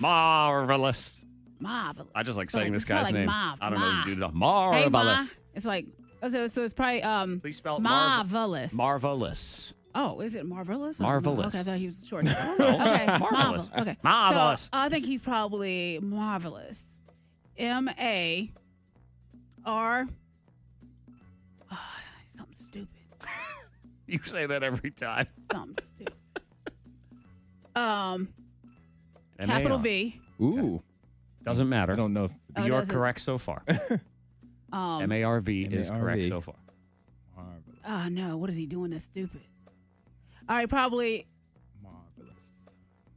Speaker 1: Marvelous.
Speaker 5: Marvelous.
Speaker 1: I just like saying this
Speaker 5: It's not
Speaker 1: guy's
Speaker 5: like
Speaker 1: name.
Speaker 5: Marv,
Speaker 1: I don't know
Speaker 5: Ma.
Speaker 1: this dude. at all.
Speaker 5: Hey, Ma.
Speaker 1: Marvelous.
Speaker 5: It's like, oh, so, so it's probably, um,
Speaker 1: Please spell it marvel-
Speaker 5: marvelous.
Speaker 1: marvelous.
Speaker 5: Oh, is it marvelous? Oh,
Speaker 1: Marvelous.
Speaker 5: Okay, I thought he was short. okay,
Speaker 1: Marvelous.
Speaker 5: marvel- Okay,
Speaker 1: Marvelous.
Speaker 5: So, I think he's probably marvelous. M A R. Ah, Something stupid.
Speaker 1: You say that every time.
Speaker 5: Something stupid. Um, capital V.
Speaker 6: Ooh,
Speaker 1: Doesn't matter.
Speaker 6: I don't know. If,
Speaker 5: Oh,
Speaker 1: You're
Speaker 5: does it-
Speaker 1: correct so far.
Speaker 5: Um,
Speaker 1: M A R V is correct
Speaker 6: MARV.
Speaker 1: so far.
Speaker 5: oh no, what is he doing? That's stupid. All right, probably
Speaker 6: marvelous.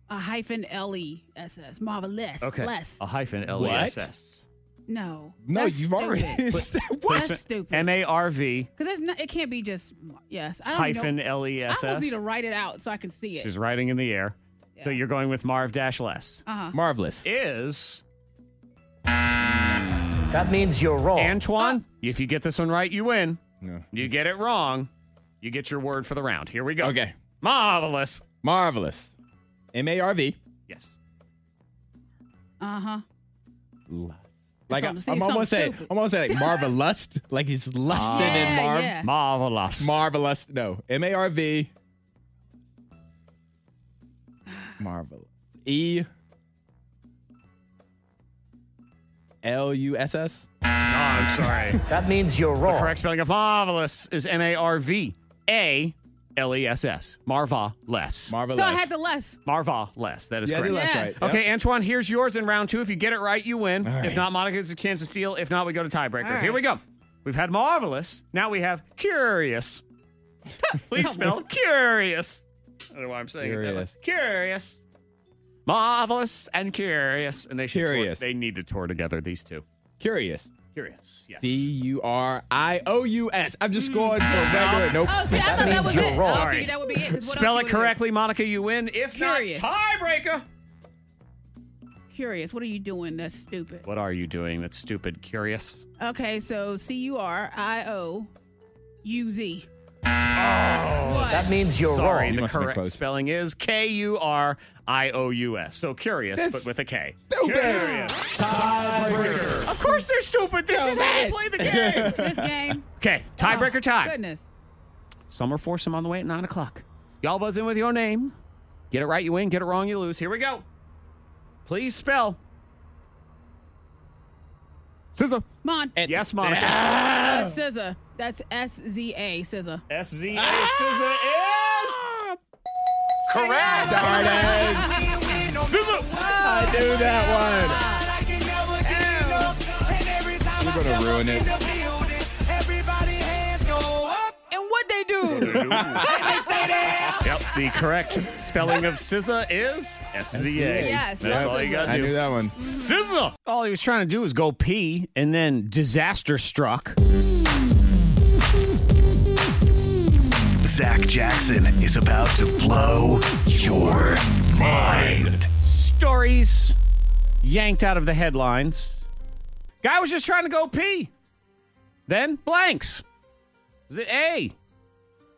Speaker 5: a hyphen L E S S. Marvelous. Less.
Speaker 1: A hyphen L E S S.
Speaker 5: no.
Speaker 6: No,
Speaker 5: that's
Speaker 6: you've
Speaker 5: stupid.
Speaker 6: already. what?
Speaker 5: That's stupid.
Speaker 1: M A R V
Speaker 5: Because it's not. It can't be just. Yes, I don't know.
Speaker 1: hyphen L E
Speaker 5: I
Speaker 1: S
Speaker 5: almost
Speaker 1: S.
Speaker 5: need to write it out so I can see it.
Speaker 1: She's writing in the air. So
Speaker 5: Yeah.
Speaker 1: you're going with Marv dash less.
Speaker 5: uh-huh.
Speaker 6: Marvelous.
Speaker 1: Is
Speaker 10: That means you're
Speaker 1: Oh.
Speaker 10: wrong.
Speaker 5: Uh.
Speaker 1: Antoine, if you get this one right, you win.
Speaker 6: No.
Speaker 1: You get it wrong, you get your word for the round. Here we go.
Speaker 6: Okay.
Speaker 1: Marvelous.
Speaker 6: Marvelous. M A R V.
Speaker 1: Yes.
Speaker 5: Uh huh.
Speaker 6: Like I,
Speaker 5: Something- see,
Speaker 6: am almost
Speaker 5: something
Speaker 6: saying,
Speaker 5: stupid. Ah.
Speaker 6: I'm almost saying like marvelous. like he's lusting in
Speaker 5: Yeah,
Speaker 6: Marv.
Speaker 5: yeah.
Speaker 1: Marvelous.
Speaker 6: Marvelous. No, M A R V. Marvelous. E. L U S S.
Speaker 1: oh, I'm sorry. Oh.
Speaker 10: That means you're wrong.
Speaker 1: Correct spelling of marvelous is M A R V A L E S S. Marva less.
Speaker 6: Marvelous.
Speaker 5: So I had the less.
Speaker 1: Marva less. That is
Speaker 6: yeah, I
Speaker 1: correct.
Speaker 6: do like
Speaker 5: Yes.
Speaker 6: that. Yep.
Speaker 1: Okay, Antoine, here's yours in round two. If you get it right, you win.
Speaker 6: All
Speaker 1: If
Speaker 6: right.
Speaker 1: not, Monica gets a chance to steal. If not, we go to tiebreaker.
Speaker 5: All right.
Speaker 1: Here we go. We've had marvelous. Now we have curious. Please spell curious. I don't know why I'm saying
Speaker 6: Curious.
Speaker 1: it. that way. Curious. Marvelous and curious. And they should
Speaker 6: Curious.
Speaker 1: Tour, they need to tour together, these two.
Speaker 6: Curious.
Speaker 1: Curious. Yes.
Speaker 6: C U R I O U S. I'm just going for regular. Nope.
Speaker 5: Oh, Mm. see, I thought that
Speaker 10: means
Speaker 5: was
Speaker 10: you're
Speaker 5: it.
Speaker 10: wrong.
Speaker 5: I
Speaker 1: Sorry.
Speaker 5: figured that would be it. 'cause what
Speaker 1: Spell
Speaker 5: else
Speaker 1: it
Speaker 5: would
Speaker 1: correctly, Monica. You win. If
Speaker 5: Curious.
Speaker 1: not, tiebreaker.
Speaker 5: Curious. What are you doing? That's stupid.
Speaker 1: What are you doing? That's stupid. Curious.
Speaker 5: Okay, so C U R I O U Z. Oh,
Speaker 10: That means you're
Speaker 1: Sorry,
Speaker 10: wrong.
Speaker 6: You
Speaker 1: the
Speaker 6: must have been
Speaker 1: correct
Speaker 6: close.
Speaker 1: spelling is K U R I O U S. So curious, but with a K. Curious. Tiebreaker. Of course they're stupid. This is how they play the game.
Speaker 5: this game.
Speaker 1: okay, tiebreaker
Speaker 5: Oh,
Speaker 1: time.
Speaker 5: Goodness.
Speaker 1: Summer foursome on the way at nine o'clock. Y'all buzz in with your name. Get it right, you win. Get it wrong, you lose. Here we go. Please spell. Scissor.
Speaker 5: Mon.
Speaker 1: Yes, Monica.
Speaker 5: Uh, SZA. That's S Z A. SZA.
Speaker 1: S Z A Scissor is correct.
Speaker 6: Darn it. I knew that one. You're going to ruin it.
Speaker 5: And what they do?
Speaker 1: Yep, the correct spelling of SZA is S Z A.
Speaker 5: Yes,
Speaker 1: that's
Speaker 5: yes,
Speaker 1: all you
Speaker 5: SZA.
Speaker 1: gotta
Speaker 6: I knew
Speaker 1: do.
Speaker 6: that one.
Speaker 1: SZA. All he was trying to do was go pee, and then disaster struck.
Speaker 11: Zach Jackson is about to blow your mind.
Speaker 1: Stories yanked out of the headlines. Guy was just trying to go pee. Then blanks. Is it A?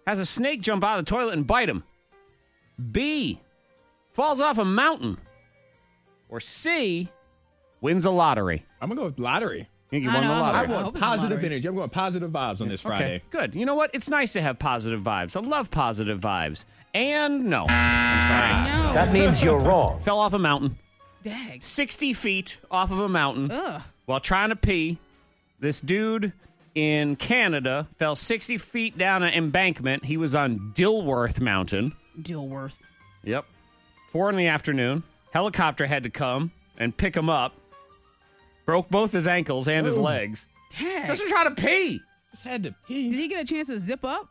Speaker 1: Has a snake jump out of the toilet and bite him. B? Falls off a mountain. Or C? Wins a lottery.
Speaker 6: I'm going to go with lottery.
Speaker 1: I think you
Speaker 5: I
Speaker 1: won
Speaker 5: know,
Speaker 1: the
Speaker 5: I'm-
Speaker 1: lottery.
Speaker 6: I
Speaker 5: I hope
Speaker 6: want
Speaker 5: it's
Speaker 6: positive
Speaker 5: lottery.
Speaker 6: energy. I'm going positive vibes on this Friday.
Speaker 1: Okay, good. You know what? It's nice to have positive vibes. I love positive vibes. And no,
Speaker 5: no.
Speaker 10: That means you're wrong.
Speaker 1: fell off a mountain,
Speaker 5: Dag.
Speaker 1: 60 feet off of a mountain
Speaker 5: Ugh.
Speaker 1: while trying to pee. This dude in Canada fell 60 feet down an embankment. He was on Dilworth Mountain.
Speaker 5: Dilworth.
Speaker 1: Yep. Four in the afternoon. Helicopter had to come and pick him up. Broke both his ankles and
Speaker 6: Oh.
Speaker 1: his legs.
Speaker 5: Dag.
Speaker 1: Doesn't try to pee.
Speaker 6: Just had to
Speaker 5: Did
Speaker 6: pee.
Speaker 5: he get a chance to zip up?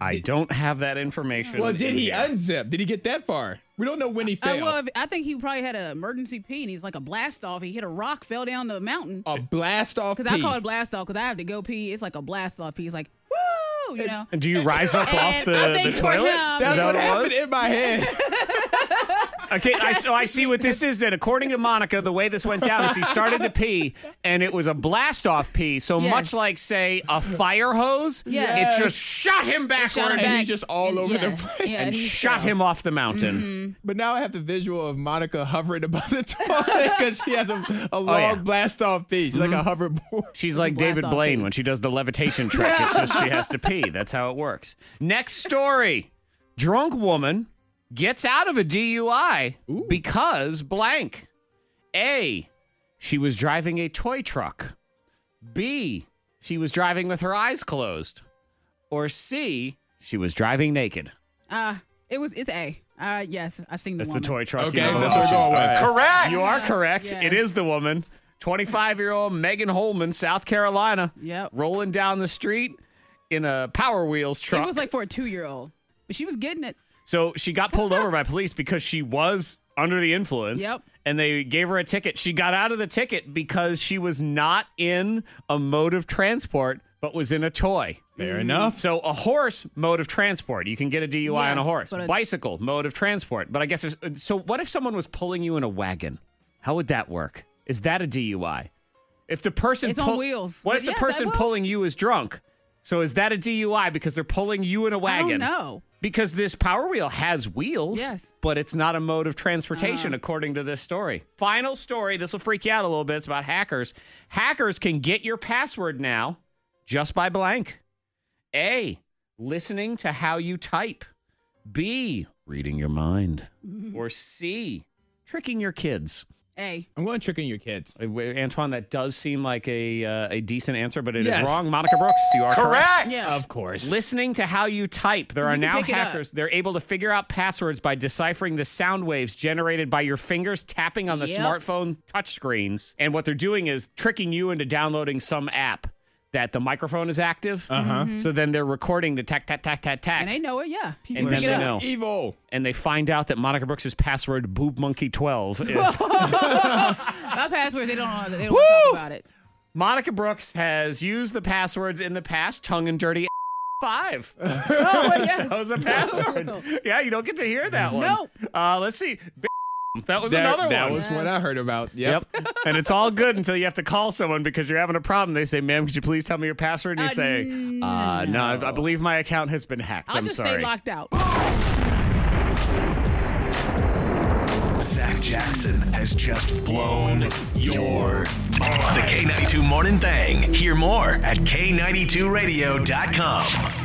Speaker 1: I don't have that information.
Speaker 6: Well, did
Speaker 1: in
Speaker 6: he
Speaker 1: here.
Speaker 6: unzip? Did he get that far? We don't know when he
Speaker 5: Uh,
Speaker 6: failed.
Speaker 5: well, if- I think he probably had an emergency pee and he's like a blast off. He hit a rock, fell down the mountain.
Speaker 6: a blast off
Speaker 5: Because I
Speaker 6: pee.
Speaker 5: call it blast off because I have to go pee. It's like a blast off pee. It's like, woo, you know.
Speaker 1: And do you rise up off
Speaker 5: And
Speaker 1: the,
Speaker 5: I think
Speaker 1: the
Speaker 5: for
Speaker 1: toilet?
Speaker 5: him-
Speaker 1: Is
Speaker 6: That's
Speaker 1: that
Speaker 6: what
Speaker 1: it
Speaker 6: happened
Speaker 1: was?
Speaker 6: in my head.
Speaker 1: Okay, I, so I see what this is then. According to Monica, the way this went down is he started to pee, and it was a blast off pee. So
Speaker 5: Yes.
Speaker 1: much like, say, a fire hose,
Speaker 5: Yes.
Speaker 1: it just shot him
Speaker 5: shot him
Speaker 1: backwards
Speaker 5: back.
Speaker 6: And he's just all
Speaker 5: And-
Speaker 6: over
Speaker 5: yeah,
Speaker 6: the place.
Speaker 5: Yeah,
Speaker 1: and
Speaker 5: he
Speaker 1: shot
Speaker 5: fell. Mm-hmm.
Speaker 1: him off the mountain.
Speaker 6: But now I have the visual of Monica hovering above the toilet because she has a, a long
Speaker 1: yeah.
Speaker 6: blast off pee. She's like a hoverboard.
Speaker 1: She's like
Speaker 5: blast
Speaker 1: David
Speaker 5: off
Speaker 1: Blaine
Speaker 5: pee.
Speaker 1: when she does the levitation trick. It's just she has to pee. That's how it works. Next story drunk woman gets out of a DUI because blank. A. She was driving a toy truck. B. She was driving with her eyes closed. Or C. She was driving naked.
Speaker 5: Uh, it was, it's A. Uh, yes, I've seen the
Speaker 1: That's
Speaker 5: woman.
Speaker 1: the toy truck.
Speaker 6: Okay,
Speaker 1: you know,
Speaker 6: that's
Speaker 1: the
Speaker 6: what
Speaker 1: one
Speaker 6: we're going
Speaker 1: she's
Speaker 6: with.
Speaker 1: driving. You are correct.
Speaker 5: Yes.
Speaker 1: It is the woman. 25 year old Megan Holman, South Carolina,
Speaker 5: Yep.
Speaker 1: rolling down the street in a Power Wheels truck.
Speaker 5: It was like for a two year old. But she was getting it.
Speaker 1: so she got pulled over by police because she was under the influence.
Speaker 5: Yep.
Speaker 1: And they gave her a ticket. She got out of the ticket because she was not in a mode of transport, but was in a toy.
Speaker 6: Fair enough.
Speaker 1: So a horse mode of transport, you can get a DUI on a
Speaker 5: Yes,
Speaker 1: horse.
Speaker 5: but a-
Speaker 1: Bicycle mode of transport, but I guess there's, uh, so. What if someone was pulling you in a wagon? How would that work? Is that a DUI? If the person
Speaker 5: It's on wheels.
Speaker 1: What
Speaker 5: But
Speaker 1: if the
Speaker 5: yes, I
Speaker 1: person
Speaker 5: will.
Speaker 1: pulling you is drunk? So is that a DUI because they're pulling you in a
Speaker 5: I don't
Speaker 1: wagon?
Speaker 5: know.
Speaker 1: Because this power wheel has wheels,
Speaker 5: Yes.
Speaker 1: but it's not a mode of transportation, according to this story. Final story. This will freak you out a little bit. It's about hackers. Hackers can get your password now just by blank. A, listening to how you type. B, reading your mind. or C, tricking your kids. Uh,
Speaker 5: Hey.
Speaker 6: I'm going tricking your kids.
Speaker 1: Antoine, that does seem like a uh, a decent answer, but it is
Speaker 6: Yes.
Speaker 1: wrong. Monica Brooks, you are correct.
Speaker 6: Correct. Yeah. Of course.
Speaker 1: Listening to how you type, there are
Speaker 5: can
Speaker 1: now
Speaker 5: pick it up.
Speaker 1: hackers. They're able to figure out passwords by deciphering the sound waves generated by your fingers tapping on the
Speaker 5: Yep.
Speaker 1: smartphone touchscreens. And what they're doing is tricking you into downloading some app that the microphone is active. Uh huh. So then they're recording the tack, tack, tack, tack, tack.
Speaker 5: And they know it, yeah.
Speaker 1: And then
Speaker 5: Pick it
Speaker 1: they
Speaker 5: up.
Speaker 1: know.
Speaker 6: Evil.
Speaker 1: And they find out that Monica Brooks' password, boobmonkey12, is.
Speaker 5: My passwords, they don't know. They don't talk about it.
Speaker 1: Monica Brooks has used the passwords in the past, tongue and dirty five.
Speaker 5: Oh, well, yes.
Speaker 1: That was a password.
Speaker 5: No.
Speaker 1: Yeah, you don't get to hear that one.
Speaker 5: Nope.
Speaker 1: Uh, let's see. That was
Speaker 6: That-
Speaker 1: another
Speaker 6: That
Speaker 1: one.
Speaker 6: was what I heard about. Yep.
Speaker 1: Yep. and it's all good until you have to call someone because you're having a problem. They say, ma'am, could you please tell me your password? And you
Speaker 5: Uh,
Speaker 1: say, uh, no, I, I believe my account has been hacked.
Speaker 5: I'll
Speaker 1: am
Speaker 5: just
Speaker 1: sorry.
Speaker 5: stay locked out.
Speaker 11: Zach Jackson has just blown your mind. The K92 Morning Thing. Hear more at K92Radio.com.